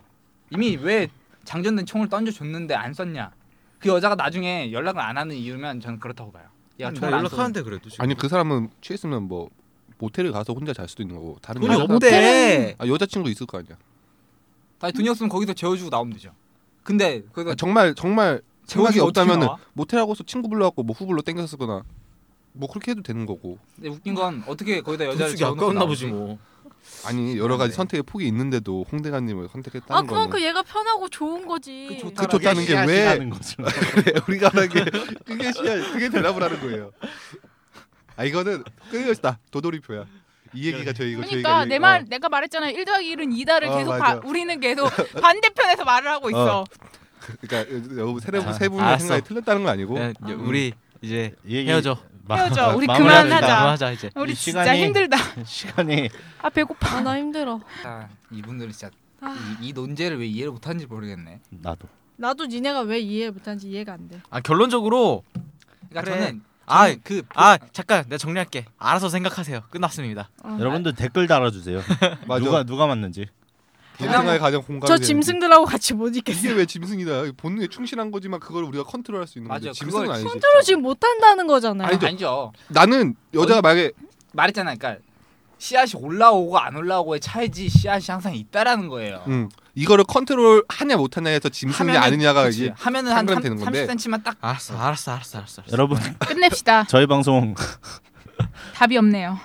F: 이미 왜 장전된 총을 던져줬는데 안 썼냐? 그 여자가 나중에 연락을 안 하는 이유면 저는 그렇다고 봐요.
C: 음,
F: 야,
D: 나
C: 네,
F: 총을 안 썼는데.
D: 연락하는데 그래도 지금.
C: 아니 그 사람은 취했으면 뭐 모텔을 가서 혼자 잘 수도 있는 거고 다른
F: 그러니까.
D: 돈이
C: 여자-
D: 없대.
C: 아, 여자친구 있을 거 아니야.
F: 아니 돈이 없으면 거기서 재워주고 나오면 되죠. 근데 그래서
C: 아, 정말 정말 생각이
F: 재워주고 어떻게
C: 없다면은
F: 나와?
C: 모텔하고서 친구 불러갖고 뭐 후불로 땡겼었거나 뭐 그렇게 해도 되는 거고
F: 근데 웃긴 건 어떻게 거기다 여자를
D: 돈쓰기
F: 재워놓고
D: 아까웠나
F: 나오지?
D: 보지 뭐.
C: 아니 여러 가지
F: 네.
C: 선택의 폭이 있는데도 홍대관님을 선택했다는
E: 아
C: 거는
E: 그건 그 얘가 편하고 좋은 거지.
F: 그 좋다.
C: 그 좋다는 게 왜-
B: 씨앗이라는 거죠.
C: 우리가 하는 게 그게 시야 그게 대답을 하는 거예요. 아 이거는 끊임없다 도돌이표야. 이 얘기가 저 이거
A: 그러니까
C: 저 얘기가
A: 내 말 내가 말했잖아요 1 더하기 1은 2다를
C: 어,
A: 계속
C: 맞아.
A: 바, 우리는 계속 반대편에서 말을 하고 있어
C: 어. 그러니까 여러분 세 분,
D: 아,
C: 세 분의
D: 알았어.
C: 생각이 틀렸다는 건 어? 아니고
F: 네.
D: 야,
A: 아.
D: 우리 이제
B: 이 얘기
D: 헤어져.
B: 마-
A: 헤어져. 우리
B: 뭐 마무리하자.
A: 그만하자.
D: 그만하자 이제.
A: 우리
B: 이
A: 진짜
B: 시간이-
A: 힘들다
B: 시간이
A: 아 배고파
E: 아 나 힘들어.
F: 아, 이분들은 진짜 이, 이 논제를 왜 이해를 못하는지 모르겠네.
B: 나도.
E: 나도 니네가 왜 이해 못하는지 이해가 안 돼.
D: 아 결론적으로
F: 그러니까
D: 그래.
F: 저는
D: 아,
F: 그
D: 아 잠깐 내가 정리할게. 알아서 생각하세요. 끝났습니다.
A: 어.
B: 여러분들 댓글 달아주세요.
C: 맞아.
B: 누가 누가 맞는지.
C: 내 생각에 가장 공감이
E: 저
C: 되는
E: 짐승들하고 같이 못
C: 게.
E: 있겠어.
C: 이게 왜 짐승이다 본능에 충실한 거지만 그걸 우리가 컨트롤할 수 있는
F: 맞아,
C: 거지 짐승은
F: 그걸
C: 아니지
E: 컨트롤 지금 못 한다는 거잖아요.
C: 아니죠.
F: 아니죠.
C: 나는 여자가 만약에
F: 말했잖아. 그러니까 씨앗이 올라오고 안 올라오고의 차이지 씨앗이 항상 있다라는 거예요.
C: 음, 이거를 컨트롤 하냐 못하냐에 해서 짐승이
F: 하면은-
C: 아니냐가
F: 그치.
C: 이게
F: 하면은 한
C: 상관이 되는 건데.
F: 30cm만 딱
D: 알았어, 알았어, 알았어, 알았어. 알았어.
B: 여러분
A: 끝냅시다
B: 저희 방송
A: 답이 없네요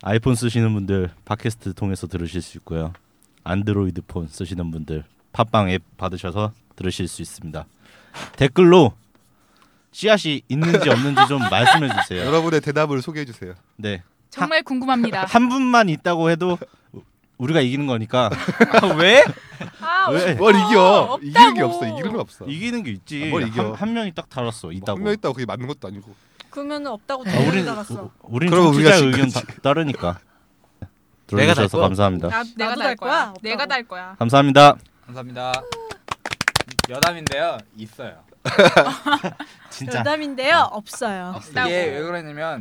B: 아이폰 쓰시는 분들 팟캐스트 통해서 들으실 수 있고요. 안드로이드 폰 쓰시는 분들 팟빵 앱 받으셔서 들으실 수 있습니다. 댓글로 씨앗이 있는지 없는지 좀 말씀해 주세요.
C: 여러분의 대답을 소개해 주세요.
B: 네.
A: 정말 궁금합니다
B: 한 분만 있다고 해도 우리가 이기는 거니까
D: 아, 왜?
E: 아,
F: 네.
B: 왜?
C: 뭘 이겨?
A: 어, 없다고.
C: 이기는 게 없어. 이기는 건 없어.
B: 이기는 게 있지.
C: 아, 뭘 이겨.
B: 한, 한 명이 딱 달았어. 있다고.
C: 한명 있다고 그게 맞는 것도 아니고.
E: 그러면 없다고
B: 아, 우린
E: 돈을 나갔어.
B: 우린
C: 그러면 우리가
B: 청취자
C: 진
B: 의견
C: 거지.
B: 다, 따르니까.
D: 내가 달
B: 들어주셔서
D: 거야.
B: 감사합니다.
A: 나, 내가
E: 나도
A: 달
E: 날 거야?
A: 거야
E: 없다고.
A: 내가 달 거야
B: 감사합니다.
F: 감사합니다. 여담인데요. 있어요.
B: 진짜.
E: 여담인데요. 없어요.
A: 없다고.
F: 이게 왜 그러냐면